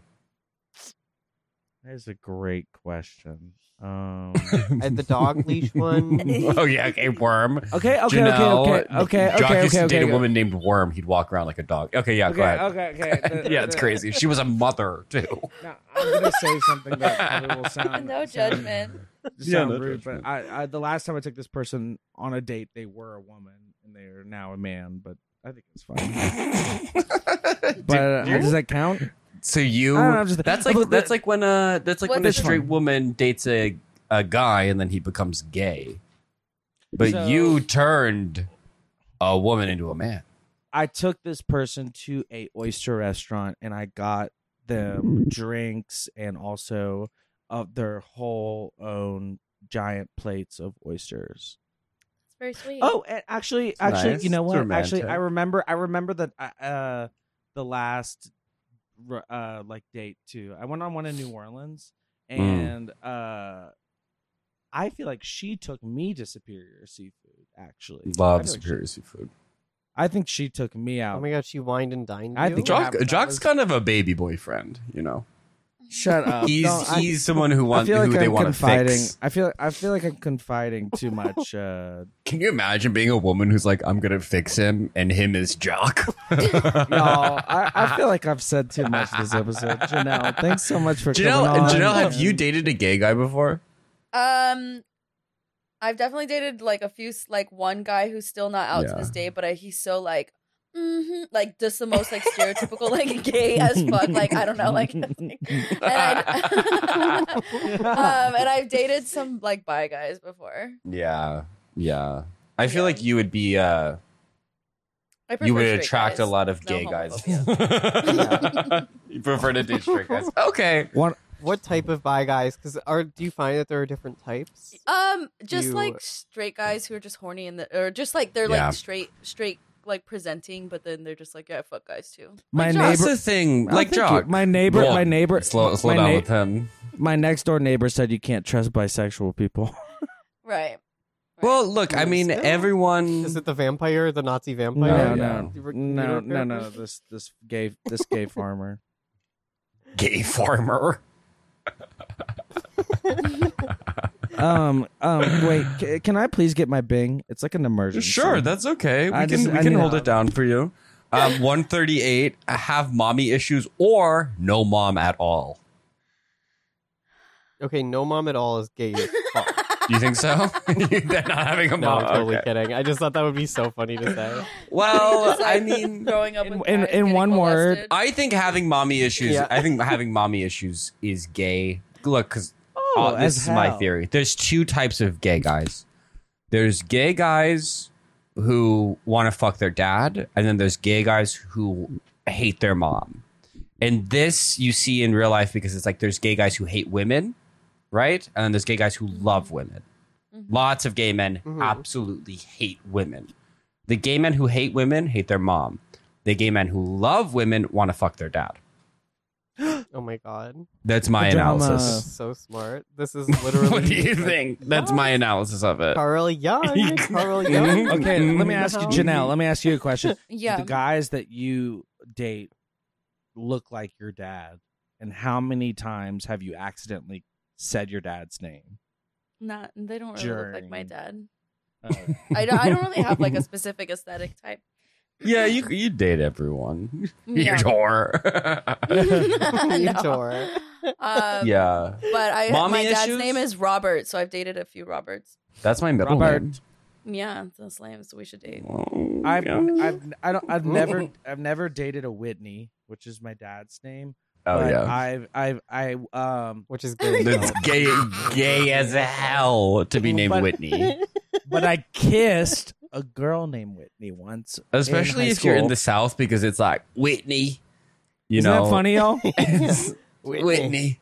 S1: That is a great question. Um
S4: At the dog leash one.
S2: oh yeah, okay, worm.
S1: Okay, okay,
S2: Janelle,
S1: okay, okay, okay,
S2: Jock
S1: okay,
S2: used
S1: okay,
S2: to
S1: okay.
S2: date
S1: okay.
S2: a woman named Worm. He'd walk around like a dog. Okay, yeah, go
S1: Okay,
S2: ahead.
S1: okay, okay.
S2: yeah, it's
S1: The-
S2: crazy. She was a mother too.
S1: Now, I'm gonna say something that probably will sound
S3: No
S1: sound-
S3: judgment.
S1: just
S2: Yeah,
S1: sound
S2: no
S1: rude,
S2: judgment.
S1: but I, I the last time I took this person on a date, they were a woman and they are now a man, but I think it's fine. but uh,
S2: you-
S1: does that count?
S2: So you
S1: I don't know, I'm just-
S2: that's like
S1: Look,
S2: that's
S1: the-
S2: like when uh that's like when a
S3: What's
S1: the-
S2: straight woman dates a a guy and then he becomes gay. But
S1: So-
S2: you turned a woman into a man.
S1: I took this person to a oyster restaurant and I got
S2: Mm.
S1: them drinks and also of their whole own giant plates of oysters.
S3: It's very sweet.
S1: Oh, and actually, actually,
S2: nice.
S1: you know
S2: It's
S1: what? Actually, I
S2: romantic.
S1: remember. I remember that uh, uh, the last r- uh, like date too. I went on one in New Orleans,
S2: Mm.
S1: and uh, I feel like she took me to Superior Seafood. Actually, I
S2: Love
S1: feel like she-
S2: superior seafood.
S1: I think she took me
S4: Oh
S1: out.
S4: my god, she wined and dined.
S1: I
S4: you?
S1: think
S2: Jock,
S1: that
S2: Jock's
S1: was-
S2: kind of a baby boyfriend, you know.
S1: Shut up.
S2: He's
S1: Uh, No, I-
S2: he's someone who
S1: I
S2: wants
S1: feel
S2: who
S1: like
S2: they
S1: I'm
S2: want to
S1: confiding.
S2: fix.
S1: I feel I feel like I'm confiding too much. Uh,
S2: Can you imagine being a woman who's like, I'm gonna fix him, and him is Jock?
S1: no, I, I feel like I've said too much this episode. Janelle, thanks so much for
S2: Janelle,
S1: coming on.
S2: Janelle, have you
S1: And-
S2: dated a gay guy before?
S3: Um, I've definitely dated like a few, s- like one guy who's still not out to
S2: Yeah.
S3: this day, but I, he's so like, hmm like just the most like stereotypical like gay as fuck. Like I don't know, like. and I- um, and I've dated some like bi guys before.
S2: Yeah, yeah. I feel
S3: Yeah.
S2: like you would be, uh,
S3: I prefer
S2: you would
S3: straight
S2: attract
S3: guys.
S2: a lot of
S3: No
S2: gay guys. you prefer to date straight guys. Okay.
S1: One,
S4: What type of bi guys? Because are do you find that there are different types?
S3: Um, just
S4: You-
S3: like straight guys who are just horny and the, or just like they're
S2: Yeah.
S3: like straight, straight like presenting, but then they're just like, yeah, fuck guys too.
S1: my
S3: Like,
S1: neighbor,
S2: That's the thing.
S1: Oh,
S2: Like
S1: thank you.
S2: Jock.
S1: my neighbor,
S2: Whoa.
S1: my neighbor,
S2: Slow, slow
S1: my,
S2: down
S1: neigh-
S2: with him.
S1: my next door neighbor said you can't trust bisexual people.
S3: Right.
S2: Well, look, I mean, everyone.
S4: Is it the vampire, the Nazi
S1: No,
S2: yeah.
S4: vampire?
S1: no,
S4: You were- you
S1: no,
S4: were-
S1: no, no. This this gay this gay farmer.
S2: gay farmer.
S1: Um, um. Wait, c- can I please get my Bing? It's like an emergency.
S2: Sure, that's okay. We
S1: I
S2: can
S1: just-
S2: we
S1: I
S2: can
S1: need
S2: hold
S1: help.
S2: it down for you. Um, one thirty eight. Have mommy issues or no mom at all?
S4: Okay, no mom at all is gay. As fuck.
S2: Do you think so? They're not having a
S4: no,
S2: mom.
S4: I'm totally
S2: Okay.
S4: kidding. I just thought that would be so funny to say.
S2: Well,
S3: Just, like,
S2: I mean,
S3: growing up
S1: in-
S3: with
S1: in-
S3: guys
S1: in
S3: getting
S1: one word,
S3: molested.
S2: I think having mommy issues.
S4: Yeah.
S2: I think having mommy issues is gay. Look, because
S1: Oh,
S2: Uh, this
S1: as
S2: is my
S1: hell.
S2: theory. There's two types of gay guys. There's gay guys who want to fuck their dad, and then there's gay guys who hate their mom. And this you see in real life because it's like there's gay guys who hate women, right? And then there's gay guys who love women. Lots of gay men
S1: Mm-hmm.
S4: Mhm.
S2: absolutely hate women. The gay men who hate women hate their mom. The gay men who love women want to fuck their dad.
S4: Oh my god,
S2: That's my
S1: The drama.
S4: this
S2: analysis.
S4: is so smart. This is literally.
S2: Uh. what do you
S4: like,
S2: think? That's my analysis of it.
S4: Carl Young. Carl Young.
S2: Mhm.
S1: Uh, Okay, let me ask you, Janelle. Let me ask you a question.
S3: yeah.
S1: the guys that you date look like your dad and how many times have you accidentally said your dad's name
S3: Not they don't really look like my
S1: Journey.
S3: dad.
S1: uh,
S4: Oh,
S3: I don't, I don't really have like a specific aesthetic type.
S2: Yeah, you you date everyone.
S3: No.
S2: You whore.
S4: You
S3: No.
S4: tore.
S3: Um,
S2: yeah,
S3: But I
S2: Mommy
S3: my dad's
S2: issues?
S3: name is Robert, so I've dated a few Roberts.
S2: that's my middle
S1: Robert.
S2: name.
S3: Yeah, those names we should date.
S2: Oh,
S1: I've,
S2: yeah.
S1: I've I don't I've never I've never dated a Whitney, which is my dad's name.
S2: oh
S1: but
S2: yeah,
S1: I've I've I um
S4: Which is gay.
S2: that's gay gay as hell to be named
S1: But-
S2: Whitney,
S1: but I kissed a girl named Whitney once.
S2: especially
S1: high
S2: if you're in
S1: school.
S2: the South because it's like Whitney. You
S1: Isn't
S2: know,
S1: that funny, y'all?
S2: It's Whitney.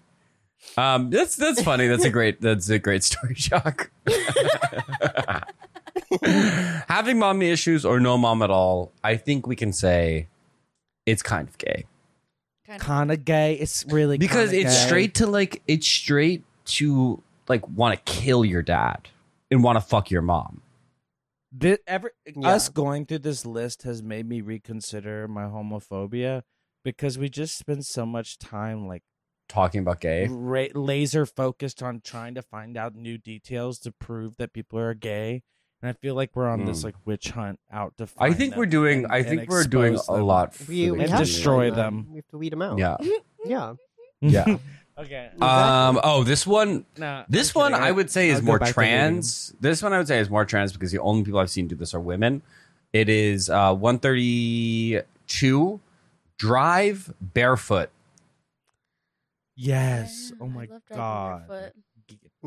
S2: Um, that's that's funny. That's a great that's a great story, Jock. Having mommy issues or no mom at all, I think we can say it's kind of gay
S3: Kind of.
S1: kinda gay. It's really
S2: because
S1: kinda
S2: it's
S1: gay.
S2: straight to like it's straight to like want to kill your dad and want to fuck your mom.
S1: Thi- every,
S4: Yeah.
S1: us going through this list has made me reconsider my homophobia because we just spend so much time like
S2: Talking about gay,
S1: ra- laser focused on trying to find out new details to prove that people are gay and i feel like we're on this
S2: Mm.
S1: like witch hunt out to
S2: I
S1: find
S2: think
S1: them
S2: we're doing.
S1: and-
S2: I
S1: and
S2: think we're doing
S1: expose
S2: a
S1: them.
S2: lot. for
S4: We,
S2: the
S1: And
S4: we have to
S2: community.
S1: destroy
S4: weed
S1: them.
S4: We have to weed them out.
S2: Yeah,
S4: Yeah.
S2: yeah.
S1: okay
S2: um. Oh, this one.
S1: nah,
S2: This
S1: I'm
S2: one
S1: kidding.
S2: I would say is
S1: I'll go
S2: more
S1: back to
S2: trans. This one I would say is more trans because the only people I've seen do this are women. It is uh, 132 drive barefoot.
S1: yes
S3: Yeah,
S1: oh
S3: I
S1: my
S3: love driving
S1: god
S3: barefoot.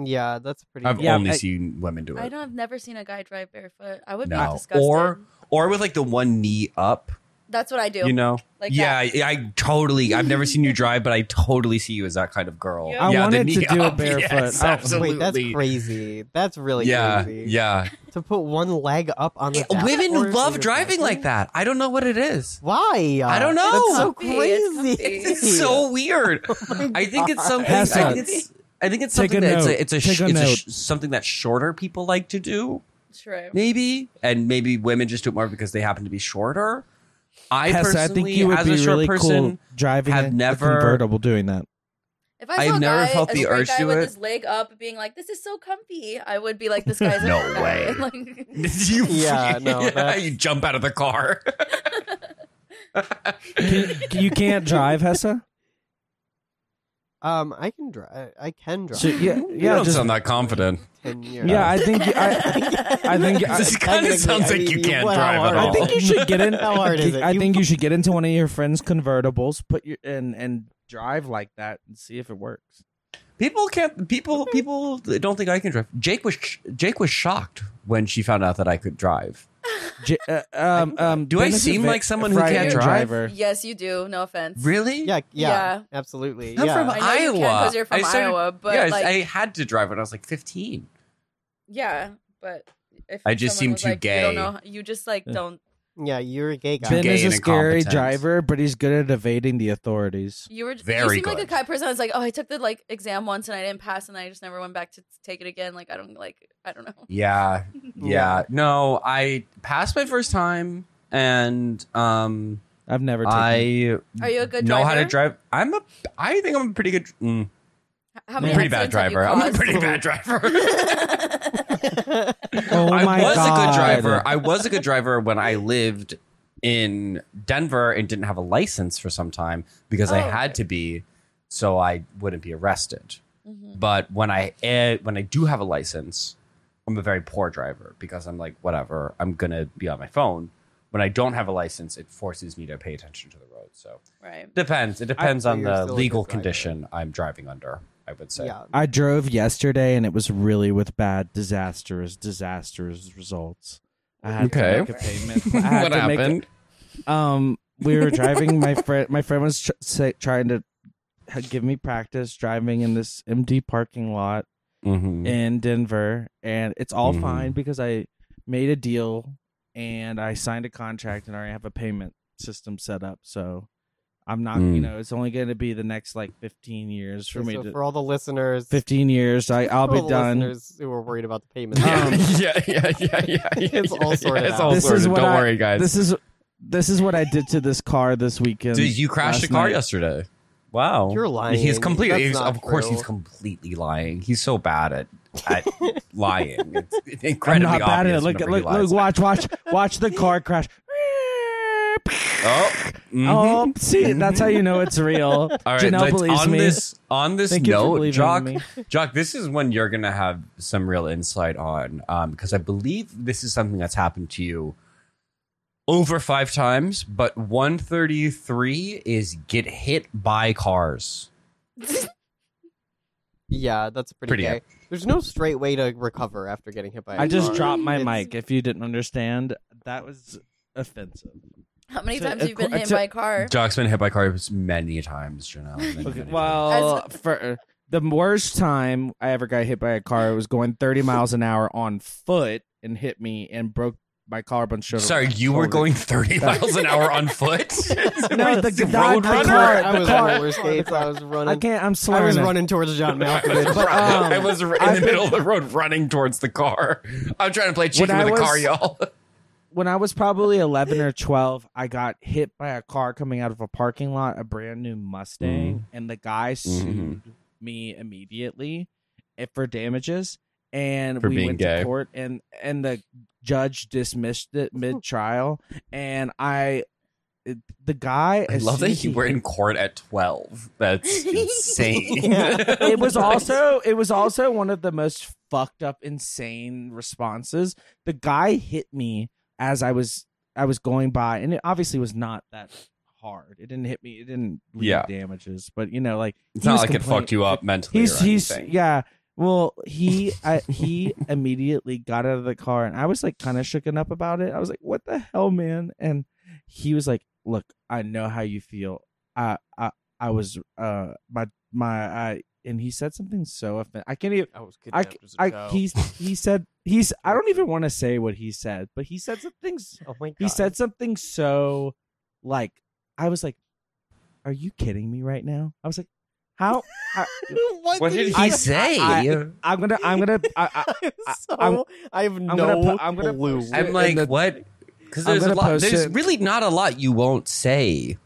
S4: Yeah, that's pretty.
S2: I've
S4: good.
S1: Yeah,
S2: only
S1: I-
S2: seen women do
S3: I
S2: it.
S3: don't. I've never seen a guy drive barefoot. I would be
S2: No.
S3: disgusted.
S2: Or or with like the one knee up,
S3: that's what I do.
S2: you know?
S3: like
S2: yeah, I, I totally I've never seen you drive, but I totally see you as that kind of girl.
S3: Yeah.
S1: I
S2: yeah, the
S1: wanted to
S2: knee
S1: do it
S2: up.
S1: barefoot.
S2: Yes,
S1: Oh, wait,
S2: absolutely.
S4: Wait, that's crazy. That's really
S2: yeah,
S4: crazy.
S2: yeah.
S4: To put one leg up on the
S2: Yeah,
S4: dashboard
S2: Women
S4: is
S2: love
S4: aggressive.
S2: driving like that. I don't know what it is.
S4: Why?
S2: I don't know.
S4: That's so
S3: Comfy, it's
S4: crazy.
S3: comfy.
S2: It's so weird.
S1: Oh
S4: my
S2: I think it's
S4: God.
S2: something. I
S1: Pass
S2: think
S1: out.
S2: it's, I think it's
S1: Take
S2: something
S1: a
S2: that
S1: note.
S2: it's a, it's a,
S1: Take
S2: sh-
S1: a
S2: it's a
S1: note.
S2: sh- something that shorter people like to do.
S3: Sure.
S2: maybe, and maybe women just do it more because they happen to be shorter. I
S1: Hessa,
S2: personally,
S1: I think you would
S2: as
S1: be
S2: a short
S1: really
S2: person,
S1: cool driving
S2: have
S1: a, a
S2: never-
S1: convertible doing that.
S3: If I
S2: I've
S3: saw a
S2: never
S3: guy,
S2: felt
S3: a
S2: the
S3: straight
S2: urge
S3: guy
S2: to
S3: with
S2: it.
S3: his leg up, being like, "This is so comfy," I would be like, "This guy's a
S2: No
S3: fat guy."
S2: way.
S3: Like,
S2: you,
S4: Yeah, no, that's-
S2: you jump out of the car.
S1: Can, can- you can't drive, Hessa.
S4: Um, I can drive. I can drive.
S1: So yeah,
S2: you
S1: yeah,
S2: don't
S1: just
S2: sound that confident.
S4: Ten years.
S1: yeah. I think I, I think I,
S2: This kind of
S4: technically,
S2: sounds
S4: I
S2: like you
S4: mean,
S2: can't
S4: well,
S2: drive at
S4: I
S2: all.
S1: I think you should get in.
S4: How hard is it?
S1: I
S4: You-
S1: think you should get into one of your friends' convertibles, put your and and drive like that and see if it works.
S2: People can't. People people don't think I can drive. Jake was Jake was shocked when she found out that I could drive.
S1: J- uh, um, um,
S2: Do I
S1: Dennis is
S2: seem
S1: a
S2: like someone who
S1: Friday
S2: can't
S1: night
S2: drive?
S1: driver.
S3: yes, you do. No offense.
S2: Really?
S4: Yeah, yeah,
S3: Yeah.
S4: absolutely.
S2: I'm
S4: yeah.
S2: from
S3: I
S2: Iowa.
S3: know you can 'cause you're from
S2: I started-
S3: Iowa, but,
S2: yeah, I-
S3: like-
S2: I had to drive when I was like 15.
S3: Yeah, but if
S2: I just
S3: someone
S2: seem
S3: was
S2: too
S3: like,
S2: gay.
S3: You, don't know, you just like
S1: Yeah.
S3: don't.
S4: yeah, you're a gay guy.
S1: Ben
S2: gay
S1: is a
S2: and
S1: scary
S2: incompetent.
S1: driver, but he's good at evading the authorities.
S3: You were you
S2: Very
S3: seem like
S2: good.
S3: the kind of person that's like, "Oh, I took the like exam once and I didn't pass, and I just never went back to take it again." Like, I don't like. I don't know.
S2: Yeah, yeah. No, I passed my first time, and um,
S1: I've never. Taken it.
S2: I
S3: Are you a good
S2: Mm, know
S3: driver?
S2: how to drive. I'm a. I think I'm a pretty good. Mm,
S3: How
S2: I'm a
S3: many
S2: pretty bad
S3: accidents have you
S2: driver. I'm a
S3: caused?
S2: pretty bad driver.
S1: Oh my
S2: I was a
S1: God.
S2: good driver. I was a good driver when I lived in Denver and didn't have a license for some time because I
S3: Oh, okay.
S2: had to be, so I wouldn't be arrested.
S3: Mhm.
S2: But when I eh, when I do have a license, I'm a very poor driver because I'm like whatever. I'm gonna be on my phone. When I don't have a license, it forces me to pay attention to the road. So
S3: Right.
S2: depends. It depends
S4: so
S2: on
S4: you're
S2: the
S4: still a
S2: legal
S4: good driver.
S2: condition I'm driving under. I would say.
S4: yeah.
S1: I drove yesterday and it was really with bad, disastrous, disastrous results. I had
S2: Okay.
S1: to make a payment. I had to make a- um, we were driving. My friend, my friend was tr- say, trying to ha- give me practice driving in this empty parking lot
S2: Mhm.
S1: in Denver, and it's all
S2: Mhm.
S1: fine because I made a deal and I signed a contract and I already have a payment system set up. So I'm not, you
S2: Mm.
S1: know, it's only going to be the next like 15 years for
S4: Okay,
S1: me
S4: so
S1: to.
S4: for all the listeners,
S1: 15 years. I, I'll
S4: for
S1: be
S4: all the
S1: done.
S4: Listeners who are worried about the payment.
S2: yeah,
S1: Um,
S2: yeah, yeah, yeah, yeah.
S4: It's all sorted
S2: It's
S4: out.
S2: all
S1: This is
S2: sorted.
S1: what
S2: Don't
S1: I-
S2: worry, guys.
S1: This is this is what I did to this car this weekend.
S2: Dude, you crashed a
S1: last
S2: car
S1: night.
S2: yesterday. Wow,
S4: You're lying.
S2: He's completely.
S4: That's
S2: He's,
S4: not
S2: of course,
S4: true.
S2: he's completely lying. He's so bad at at lying. It's, it's
S1: I'm
S2: incredibly
S1: not bad at it.
S2: obvious
S1: Look,
S2: whenever
S1: look,
S2: he
S1: look,
S2: lies.
S1: watch, watch, watch the car crash.
S2: Oh, mhm.
S1: Oh, see, that's how you know it's real.
S2: All right,
S1: Janelle
S2: let's-
S1: believes
S2: on
S1: me.
S2: this on this
S1: Thank you for
S2: note,
S1: believing
S2: Jock,
S1: me.
S2: Jock, this is when you're gonna have some real insight on, um, because I believe this is something that's happened to you over five times, but 133 is get hit by cars.
S4: Yeah, that's pretty,
S2: Pretty
S4: gay. There's no straight way to recover after getting hit by. a
S1: I just
S4: car.
S1: dropped my
S4: It's-
S1: mic. If you didn't understand, that was offensive.
S3: How many
S1: So,
S3: times
S1: uh,
S3: have you been
S1: qu-
S3: hit
S1: so-
S3: by a car?
S2: Jock's been hit by cars many times, Janelle. many, many
S1: Okay,
S2: times.
S1: well, for the worst time I ever got hit by a car was going 30 miles an hour on foot and hit me and broke my collarbone. shoulder.
S2: sorry, you were
S1: Shoulder.
S2: going 30 miles an hour on foot.
S1: No, the, the,
S2: road
S1: the
S2: runner?
S1: car.
S4: I
S1: the
S4: was on
S1: car.
S4: roller skates. I was
S1: I
S4: running.
S1: can't. I'm
S4: I
S1: slurring.
S4: was
S1: it.
S4: running towards John Malkovich.
S1: But, um,
S2: I was in
S1: I've
S2: the
S1: been-
S2: middle of the road running towards the car. I'm trying to play chicken
S1: I
S2: with a car,
S1: was-
S2: y'all.
S1: When I was probably 11 or 12, I got hit by a car coming out of a parking lot, a brand new Mustang,
S2: Mm-hmm.
S1: and the guy sued me immediately eh, for damages. And
S2: For
S1: we
S2: being
S1: went
S2: gay.
S1: to court, and and the judge dismissed it mid trial. And I, it, the guy,
S2: I
S1: as
S2: love
S1: soon
S2: that
S1: as
S2: you
S1: he
S2: were
S1: hit
S2: in court at 12. That's insane.
S4: Yeah.
S1: it was also it was also one of the most fucked up insane responses the guy hit me as i was i was going by and it obviously was not that hard it didn't hit me it didn't leave
S2: Yeah.
S1: damages but you know like
S2: It's
S1: he
S2: not
S1: was
S2: like it
S1: complaining-
S2: fucked you up mentally.
S1: he's
S2: or
S1: he's
S2: anything.
S1: yeah well he I, he immediately got out of the car and i was like kind of shooken up about it i was like what the hell man and he was like look i know how you feel i i i was uh my my i and he said something so offensive i can't even
S4: I was
S1: I, I he he said he's I don't even want to say what he said, but he said something s-
S4: Oh my god.
S1: he said something so like I was like, Are you kidding me right now? I was like, How? how
S4: what,
S5: What did he
S4: I-
S5: say?
S4: I,
S5: I,
S1: I'm gonna. I'm gonna. I, I,
S4: I, so,
S1: I'm-
S4: I have no
S1: I'm gonna put- I'm gonna
S4: clue.
S1: post
S5: am like,
S1: the-
S5: what? Because
S1: I'm
S5: there's a
S1: gonna
S5: lot.
S1: post
S5: There's
S1: it.
S5: really not a lot you won't say.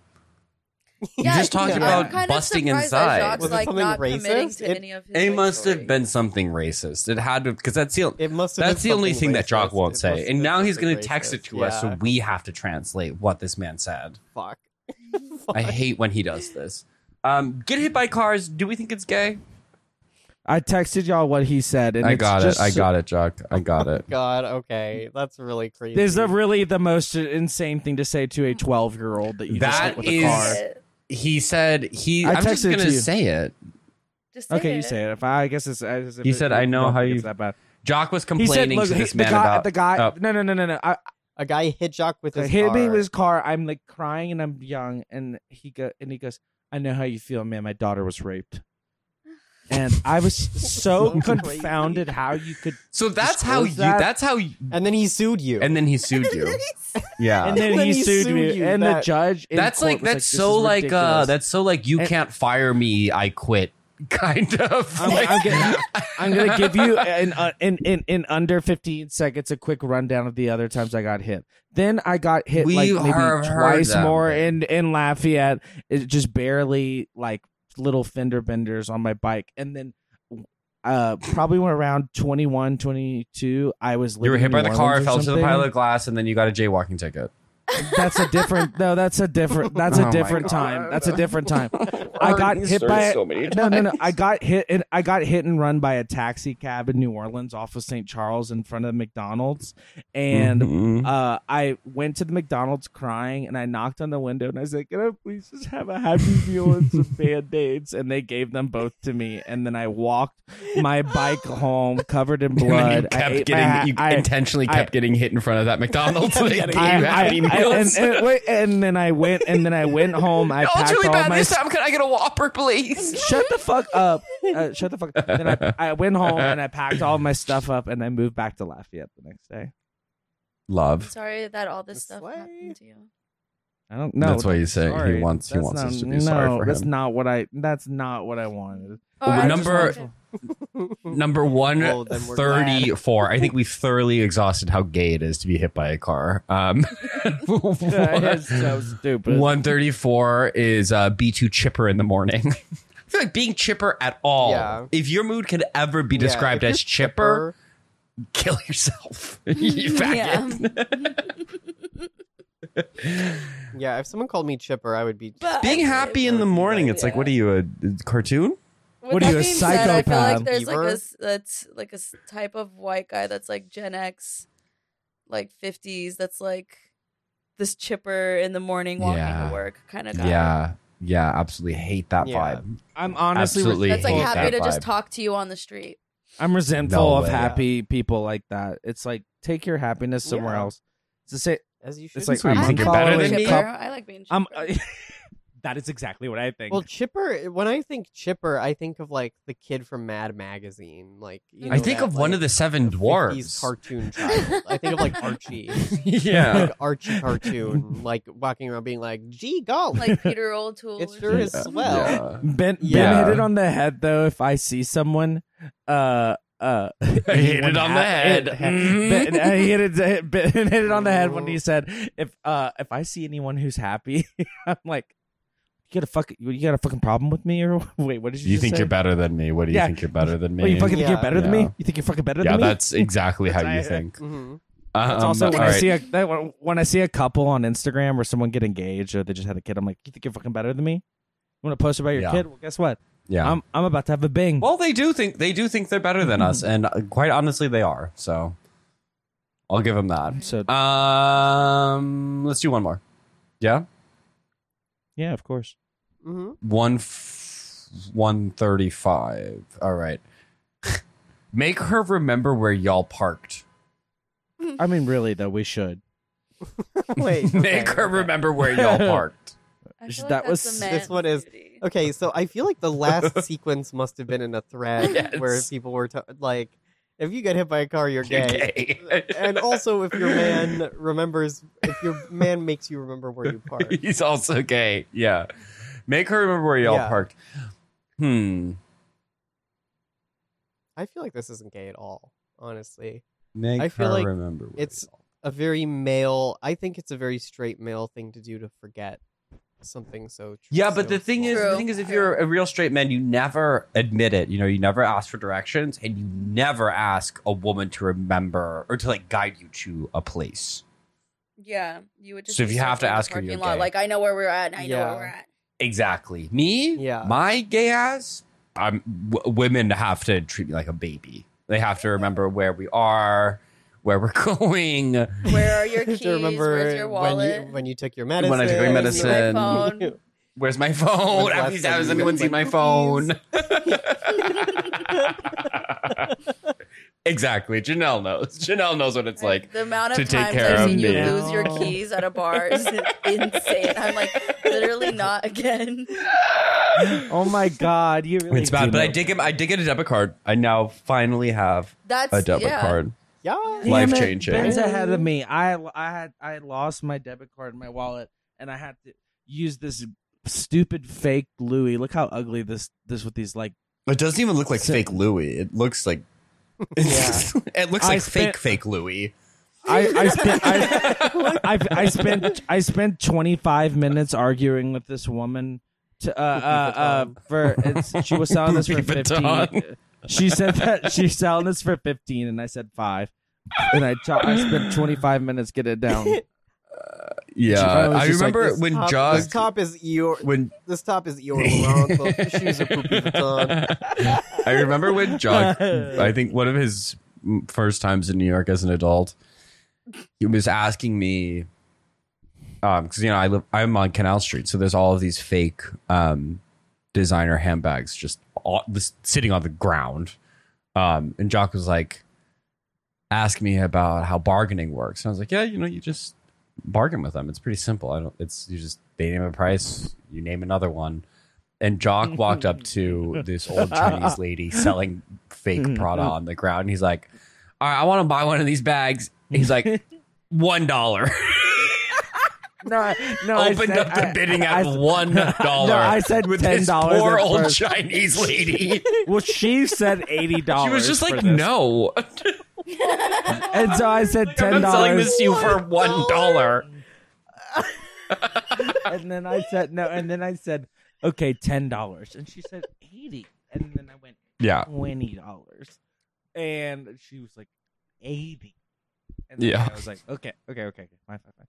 S5: You just talked
S3: I'm
S5: about
S3: kind of
S5: busting
S3: surprised that
S5: inside.
S3: Jacques,
S4: Was it
S3: like,
S4: something
S3: not committing
S4: racist?
S3: to
S4: It-
S3: any of his,
S5: It
S3: like,
S5: must
S3: stories.
S5: have been something racist. It had to because that's the
S4: It must have
S5: that's
S4: been
S5: the only
S4: something
S5: thing that Jock
S4: racist.
S5: won't
S4: It must
S5: say.
S4: have
S5: And
S4: been
S5: now he's
S4: something
S5: going to text it
S4: racist.
S5: to us, so we have to translate what this man said.
S4: Yeah. Fuck.
S5: I hate when he does this. Um, get hit by cars. Do we think it's gay?
S1: I texted y'all what he said, and
S2: I
S1: it's
S2: got it.
S1: just-
S2: I got it, Jock. I got it.
S4: God, okay. That's really crazy.
S1: There's the really the most insane thing to say to a 12 year old that you just
S5: That
S1: hit with
S5: is-
S1: a car.
S5: He said he.
S1: I
S5: I am just
S1: texted it
S5: going
S1: to
S5: to
S1: you.
S5: say it.
S3: Just
S1: Okay, you say it. If I, I guess it's. I guess if
S2: He
S1: it-
S2: said, "I know
S1: don't
S2: how
S1: think
S2: you-
S1: it's that bad."
S5: Jock was
S1: He said,
S5: complaining
S1: "Look,
S5: to
S1: he-
S5: this
S1: the
S5: man
S1: guy.
S5: about
S1: the guy.
S5: Oh.
S1: No, no, no, no, no. I,
S4: a guy hit Jock with his
S1: hit
S4: car.
S1: me with his car. I'm like crying, and I'm young, and he go and he goes. I know how you feel, man. My daughter was raped, and I was so
S4: So
S1: confounded
S4: crazy.
S1: how you could.
S5: So that's how
S1: Disclose
S5: you.
S1: that?
S5: That's how. You,
S4: and then he sued you.
S5: and then he sued you.
S2: Yeah.
S1: And then,
S4: Then
S1: he,
S4: he
S1: sued,
S4: sued
S1: me,
S4: you.
S1: and the
S4: That-
S1: judge. in
S5: that's
S1: court
S5: like
S1: was
S5: that's so
S1: "This is
S5: like uh
S1: ridiculous."
S5: that's so like you
S1: And-
S5: can't fire me. I quit. Kind of.
S1: I'm,
S5: Like-
S1: I'm, gonna, I'm gonna give you in, uh, in in in under 15 seconds a quick rundown of the other times I got hit. Then I got hit
S5: We
S1: like maybe
S5: have heard
S1: twice
S5: them.
S1: more in in Lafayette. It just barely like little fender benders on my bike, and then. Uh, probably when around 21, 22, I was.
S2: you were
S1: living
S2: hit
S1: in
S2: by
S1: New
S2: the car,
S1: Orleans or
S2: fell to the
S1: something.
S2: pilot glass, and then you got a jaywalking ticket.
S1: That's a different. No, that's a different. That's
S2: Oh
S1: a
S2: my
S1: different
S2: God.
S1: time. That's a different time. I got hit by a-
S5: so many
S1: no, no, no. I got hit and I got hit and run by a taxi cab in New Orleans off of St. Charles in front of McDonald's, and
S2: Mm-hmm.
S5: Mhm.
S1: uh, I went to the McDonald's crying and I knocked on the window and I said, "Can I please just have a happy meal and some band aids?" And they gave them both to me, and then I walked my bike home covered in
S2: And then
S1: blood.
S2: you
S1: I
S2: kept
S1: ate my
S2: getting.
S1: ha-
S2: you
S1: I-
S2: intentionally
S1: I-
S2: kept getting hit in front of that McDonald's. and they gave you
S1: I- I-
S2: happy
S1: I- and,
S2: meals.
S1: and, wait, and then I went, and then I went home. I
S5: oh, it's
S1: packed
S5: really
S1: all
S5: bad
S1: my
S5: this time. Can I get a Whopper, please?
S1: shut the fuck up. Uh, shut the fuck up. Then I, I went home and I packed all my stuff up and I moved back to Lafayette the next day.
S2: Love.
S3: Sorry that all this
S4: This
S3: stuff
S4: way?
S3: happened to you.
S1: I don't know.
S2: That's why he's saying he wants- he wants us to be sorry for
S1: That's
S2: him.
S1: not what I. That's not what I wanted.
S3: All right,
S2: number-
S3: just wanted
S2: Number one
S4: Well, then we're
S2: thirty-four. I think we thoroughly exhausted how gay it is to be hit by a car. Um,
S1: That is so stupid.
S2: One thirty-four is uh, be too chipper in the morning. I feel like being chipper at all.
S4: Yeah.
S2: If your mood could ever be
S4: Yeah,
S2: described
S4: if
S2: as
S4: you're
S2: chipper, kill yourself. you
S3: to-
S2: faggot.
S3: Yeah.
S4: chipper- Yeah, if someone called me chipper, I would be.
S3: But-
S2: Being happy in the morning, it's like,
S3: Yeah.
S2: what are you a cartoon?
S3: With
S1: What are
S3: that
S1: you, a
S3: being said, I feel
S1: psychopath?
S3: like there's like
S4: Beaver?
S3: a s- that's like a s- type of white guy that's like Gen X, like 50s. That's like this chipper in the morning walking
S2: Yeah.
S3: to work kind of guy.
S2: Yeah, yeah, absolutely hate that
S4: Yeah.
S2: vibe.
S1: I'm honestly.
S2: Absolutely
S3: That's like
S2: hate
S3: happy
S2: that
S3: to just
S2: vibe.
S3: talk to you on the street.
S1: I'm resentful
S2: No
S1: of
S2: way.
S1: happy people like that. It's like take your happiness somewhere
S4: Yeah.
S1: else. It's the same.
S4: As you should.
S1: It's like
S2: So you
S1: I'm,
S2: think
S1: I'm
S2: you're better
S1: following
S2: than
S1: a
S2: me? uh,
S3: chipper.
S1: couple-
S3: I like being chipper.
S1: I'm. that is exactly what I think.
S4: Well, chipper. When I think chipper, I think of like the kid from Mad Magazine. Like you know,
S2: I think
S4: that,
S2: of one
S4: like,
S2: of the seven
S4: 50s
S2: dwarves.
S4: cartoon child. I think of like Archie,
S2: yeah,
S4: like Archie cartoon, like walking around being like, "Gee, go!"
S3: like Peter O'Toole.
S4: it
S3: or
S4: sure is
S2: Yeah.
S4: swell.
S1: Ben,
S2: Yeah.
S1: ben hit it on the head though. If I see someone, uh, uh,
S2: I hit it
S1: when
S2: on the
S1: I-
S2: head.
S1: it-
S2: Mhm.
S1: ben, I hit it. Ben hit it on the head when
S2: Oh.
S1: he said, "If uh, if I see anyone who's happy, I'm like, you got a fuck, you got a fucking problem with me, or wait, what did you?
S2: You
S1: just
S2: think
S1: say?
S2: you're better than me? What do you
S1: Yeah.
S2: think you're better than me?
S1: What, you fucking think
S4: Yeah.
S1: you're better than me?
S2: Yeah.
S1: You think you're fucking better
S2: yeah,
S1: than me?
S2: that's exactly how you
S1: That's-
S2: think.
S4: hmm
S1: That's
S2: Um,
S1: also
S2: all
S1: when I
S2: right.
S1: see a that, when- when I see a couple on Instagram or someone get engaged or they just had a kid. I'm like, you think you're fucking better than me? You want to post about your
S2: Yeah.
S1: kid? Well, guess what?
S2: yeah.
S1: I'm I'm about to have a bing.
S2: well, they do think they do think they're better than us, and uh, quite honestly, they are. So, I'll give them that.
S1: So
S2: Um, let's do one more. Yeah,
S1: yeah, of course.
S4: hmm
S2: one f- one thirty five. All right. Make her remember where y'all parked.
S1: I mean, really though, we should.
S4: Wait.
S2: Make
S4: okay,
S2: her
S4: okay.
S2: remember where y'all parked.
S3: I feel like
S1: That
S3: that's
S1: was-
S3: a
S4: this
S3: man's
S4: one is-
S3: duty.
S4: Okay, so I feel like the last sequence must have been in a thread where
S2: Yes.
S4: people were t- like, "If you get hit by a car, you're
S2: You're
S4: gay."
S2: gay.
S4: and also, if your man remembers, if your man makes you remember where you parked.
S2: He's also gay. Yeah. Make her remember where y'all
S4: Yeah.
S2: parked. Hmm.
S4: I feel like this isn't gay at all, honestly.
S2: Make
S4: I feel
S2: her
S4: like
S2: remember. what
S4: it's- A very male, I think it's a very straight male thing to do to forget something so tr-
S2: Yeah, but
S4: so
S2: the thing is,
S4: small.
S2: the
S3: True.
S2: thing is, if you're a real straight man, you never admit it. You know, you never ask for directions, and you never ask a woman to remember or to like guide you to a place.
S3: Yeah, you would just.
S2: So
S3: be
S2: if you have to
S3: stuck in the
S2: ask her,
S3: parking
S2: you're
S3: lot,
S2: gay.
S3: like I know where we're at, and I know
S4: Yeah.
S3: where we're at.
S2: Exactly. Me,
S4: Yeah.
S2: my gay ass. I'm w- women have to treat me like a baby. They have to remember where we are, where we're going.
S3: Where are your
S4: To
S3: keys? Where's your wallet?
S4: when you when you took your
S2: I took
S4: medicine?
S2: my
S3: Where's my
S2: medicine?
S3: phone?
S2: Where's my phone?
S4: When's the
S2: Please,
S4: last time
S2: has
S4: you
S2: anyone
S4: looked
S2: seen my
S4: like
S2: phone? exactly. Janelle knows. Janelle knows what it's like.
S3: the amount of
S2: to take
S3: times
S2: care
S3: I've
S2: of
S3: seen you
S2: me.
S3: lose your
S4: No.
S3: keys at a bar is insane. I'm like, literally not again.
S1: Oh my god, you really
S2: It's
S1: do
S2: bad, but I
S1: know.
S2: did get I did get a debit card. I now finally have
S3: That's
S2: a debit
S3: yeah.
S2: card.
S4: Yeah.
S1: Damn
S2: Life
S1: it,
S2: changing.
S1: Ben's ahead of me. I I had I had lost my debit card in my wallet, and I had to use this stupid fake Louis. Look how ugly this this with these like.
S2: It doesn't even look like
S1: So-
S2: fake Louis. It looks like
S1: Yeah.
S2: it looks
S1: I
S2: like
S1: spent-
S2: fake fake Louis.
S1: I I spent I, I, I spent I spent 25 minutes arguing with this woman to uh, uh, uh, for it's, she was selling this for
S2: Louis
S1: 15.
S2: Vuitton.
S1: She said that she's selling this for 15, and I said five, and I t- I spent 25 minutes getting it down.
S2: Yeah,
S1: I was
S2: I
S1: just like,
S2: remember
S4: This
S2: when
S4: top-
S2: Jog
S4: This top is your.
S2: when
S4: This top is your Laurent. Shoes are poopy Vuitton.
S2: I remember when Jock, I think one of his first times in New York as an adult, he was asking me, um, because you know I live, I'm on Canal Street, so there's all of these fake um designer handbags just all, this, sitting on the ground, um, and Jock was like, ask me about how bargaining works, and I was like, yeah, you know, you just bargain with them. It's pretty simple. I don't. It's you just they name a price, you name another one. And Jock walked up to this old Chinese lady selling
S1: Mm-hmm.
S2: fake Prada on the ground, and he's like, "All right, I want to buy one of these bags." He's like, one dollar.
S1: No, I- no. I
S2: Opened
S1: said-
S2: up the
S1: I-
S2: bidding
S1: I-
S2: at
S1: I-
S2: one dollar.
S1: No, I said
S2: with
S1: ten
S2: this
S1: dollars.
S2: Poor old Chinese lady.
S1: Well, she said eighty dollars.
S2: She was just like, "No,
S1: and so I said
S2: I'm
S1: ten
S2: not selling this
S1: dollars,
S2: to you for one dollar."
S1: and then I said no, and then I said, okay, ten dollars, and she said eighty, and then I went
S2: Yeah,
S1: twenty dollars, and she was like eighty, and then
S2: Yeah.
S1: I was like, okay, okay, okay, okay, fine, fine, fine.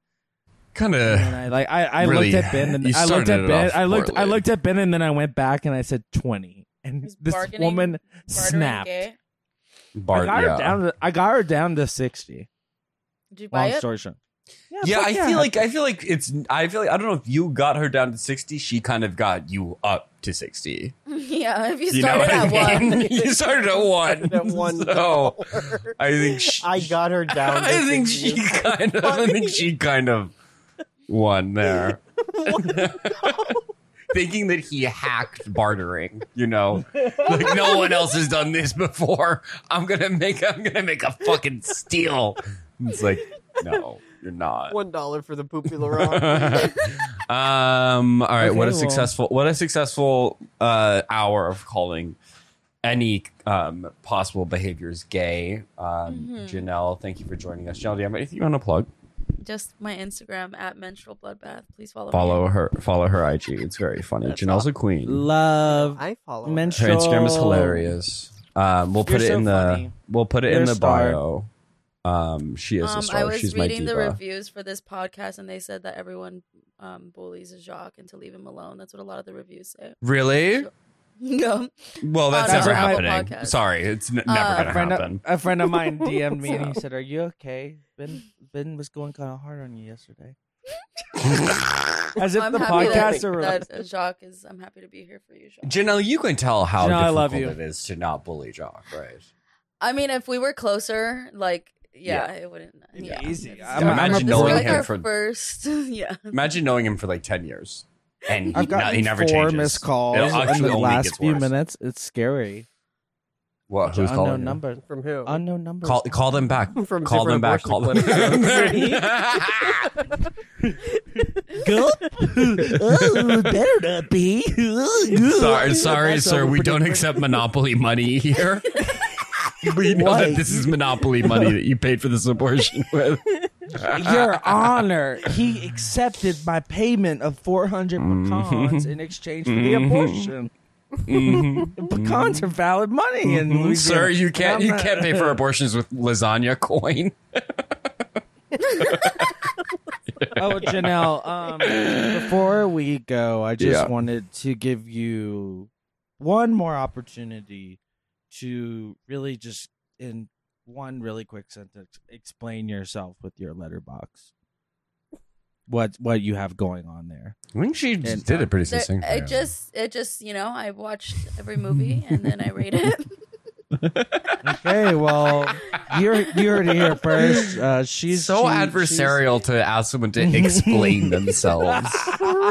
S2: kind
S1: And
S2: of.
S1: then I like I, I
S2: Really,
S1: looked at Ben, and
S2: you
S1: I looked
S2: started
S1: at
S2: it
S1: Ben,
S2: off
S1: I looked, I
S2: poorly.
S1: looked at Ben, and then I went back and I said twenty, and
S3: Is
S1: this
S3: bargaining-
S1: woman
S3: Bartering
S1: snapped.
S3: gay?
S1: I got her down. To, I got her down to sixty.
S3: Did you buy
S1: Long
S3: it?
S1: story short.
S2: yeah,
S1: fuck
S2: I feel like I feel like it's I feel like I don't know if you got her down to sixty. She kind of got you up to sixty.
S3: yeah, if you
S2: You know
S3: started
S2: what I
S3: at
S2: mean?
S3: one.
S2: you started at one.
S4: At one
S2: So I think she,
S4: I got her down.
S2: I
S4: to
S2: think she
S4: 60.
S2: kind of. I think she kind of won there. Thinking that he hacked bartering, you know, like no one else has done this before. I'm gonna make. I'm gonna make a fucking steal. It's like, no, you're not.
S4: one dollar for the poopy Laurent.
S2: um. All right.
S1: Okay,
S2: what a
S1: well-
S2: successful. What a successful uh, hour of calling any um, possible behaviors gay. Um, Janelle, thank you for joining us. Janelle, do you have anything you want to plug?
S3: Just my Instagram at menstrual bloodbath. Please follow. Me.
S2: Follow her. Follow her IG. It's very funny. Janelle's a queen.
S1: Love
S4: I follow. her.
S1: menstrual.
S2: Her Instagram is hilarious. Um, we'll put
S1: You're
S2: it in
S1: so
S2: the.
S1: funny.
S2: We'll put it
S1: You're
S2: in
S1: a
S2: the
S1: star.
S2: bio. Um, she is a
S3: Um,
S2: star.
S3: I was
S2: She's my
S3: reading
S2: diva.
S3: the reviews for this podcast, and they said that everyone um, bullies Jacques and to leave him alone. That's what a lot of the reviews say.
S2: Really?
S3: no,
S2: Well, that's
S1: no,
S2: never
S1: that's my
S2: happening.
S3: podcast.
S2: Sorry, it's n- never
S3: Uh,
S2: gonna
S1: a friend,
S2: happen.
S1: of, a friend of mine DM'd me and he said, "Are you okay? Ben Ben was going kind of hard on you yesterday." As if
S3: I'm
S1: the
S3: happy that-
S1: podcasts are related.
S3: that, Jacques is. I'm happy to be here for you, Jacques.
S2: Janelle, you can tell how
S1: Janelle, I
S2: difficult
S1: love
S2: it is to not bully Jock, right?
S3: I mean, if we were closer, like, yeah, it wouldn't.
S1: It'd be
S3: yeah.
S1: easy.
S3: It's-
S1: I'm-
S2: I'm
S3: this
S2: Imagine
S3: is
S2: knowing
S3: like
S2: him
S3: our
S2: for-
S3: first. Yeah,
S2: Imagine knowing him for like ten years, and he,
S1: I've
S2: no,
S1: gotten
S2: he never
S1: four
S2: changes.
S1: missed calls
S2: It'll
S1: in
S2: actually
S1: the
S2: only
S1: last
S2: gets
S1: few
S2: worse.
S1: minutes. It's scary.
S2: What? Who's
S1: unknown
S2: calling? you?
S1: number.
S4: From who?
S1: Unknown number.
S2: Call, call them back.
S4: From
S2: call them
S4: different
S2: back.
S4: abortion
S2: Call them.
S4: clinics.
S2: back.
S1: girl? oh, better not be.
S2: Sorry,
S1: sorry,
S2: sorry, sir. We don't accept monopoly money here. We know
S1: Why?
S2: that this is monopoly money that you paid for this abortion with.
S1: Your Honor, he accepted my payment of 400 pecans in exchange for the
S2: Mm-hmm.
S1: abortion. Pecans are valid money in Louisiana.
S2: Mm-hmm. Sir, you can't
S1: I'm
S2: you
S1: not-
S2: can't pay for abortions with lasagna coin.
S1: Oh, Janelle, um, before we go, I just
S2: Yeah.
S1: wanted to give you one more opportunity to really just, in one really quick sentence, explain yourself with your letterbox. What what you have going on there?
S2: I think she
S1: And,
S2: did it pretty
S3: There-
S2: succinctly.
S3: it just, it just, you know, I watched every movie and then I read it.
S1: Okay, well, you're you heard it here first. Uh, she's she-
S2: so adversarial to ask someone to explain themselves,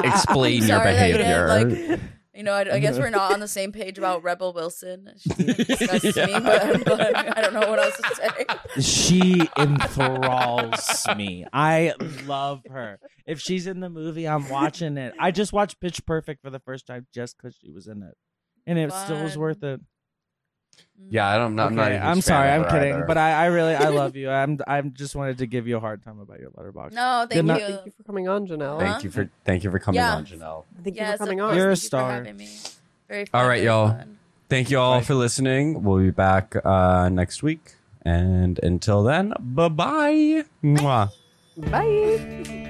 S2: explain your
S3: Sorry that you didn't,
S2: behavior.
S3: like, you know, I, I guess we're not on the same page about Rebel Wilson. She disgusts me, but, but I don't know what else to say. Mm.
S1: She's, she enthralls me. I love her. If she's in the movie, I'm watching it. I just watched Pitch Perfect for the first time just because she was in it, and it still was
S3: Fun.
S1: worth it.
S2: yeah, I don't, I'm not. I'm not a
S1: Okay,
S2: huge
S1: I'm
S2: fan
S1: sorry,
S2: of
S1: I'm
S2: her
S1: kidding,
S2: either.
S1: but I, I really I love you. I'm I'm just wanted to give you a hard time about your letterbox.
S3: No, thank
S1: not-
S3: you.
S4: Thank you for coming on, Janelle.
S3: Uh-huh.
S2: thank you for thank you for coming
S3: Yeah.
S2: on, Janelle.
S4: Thank you
S3: Yes,
S4: for coming
S3: of
S4: on.
S3: course.
S1: You're a
S3: Thank you for
S1: star.
S3: having me. Very
S2: All
S3: fun,
S2: right,
S3: very
S2: y'all.
S3: fun.
S2: Thank you all
S1: Bye.
S2: for listening. We'll be back uh, next week, and until then, bye bye. Mwah.
S4: Bye.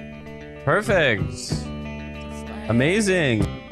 S2: Perfect.
S3: It's fun.
S2: Amazing.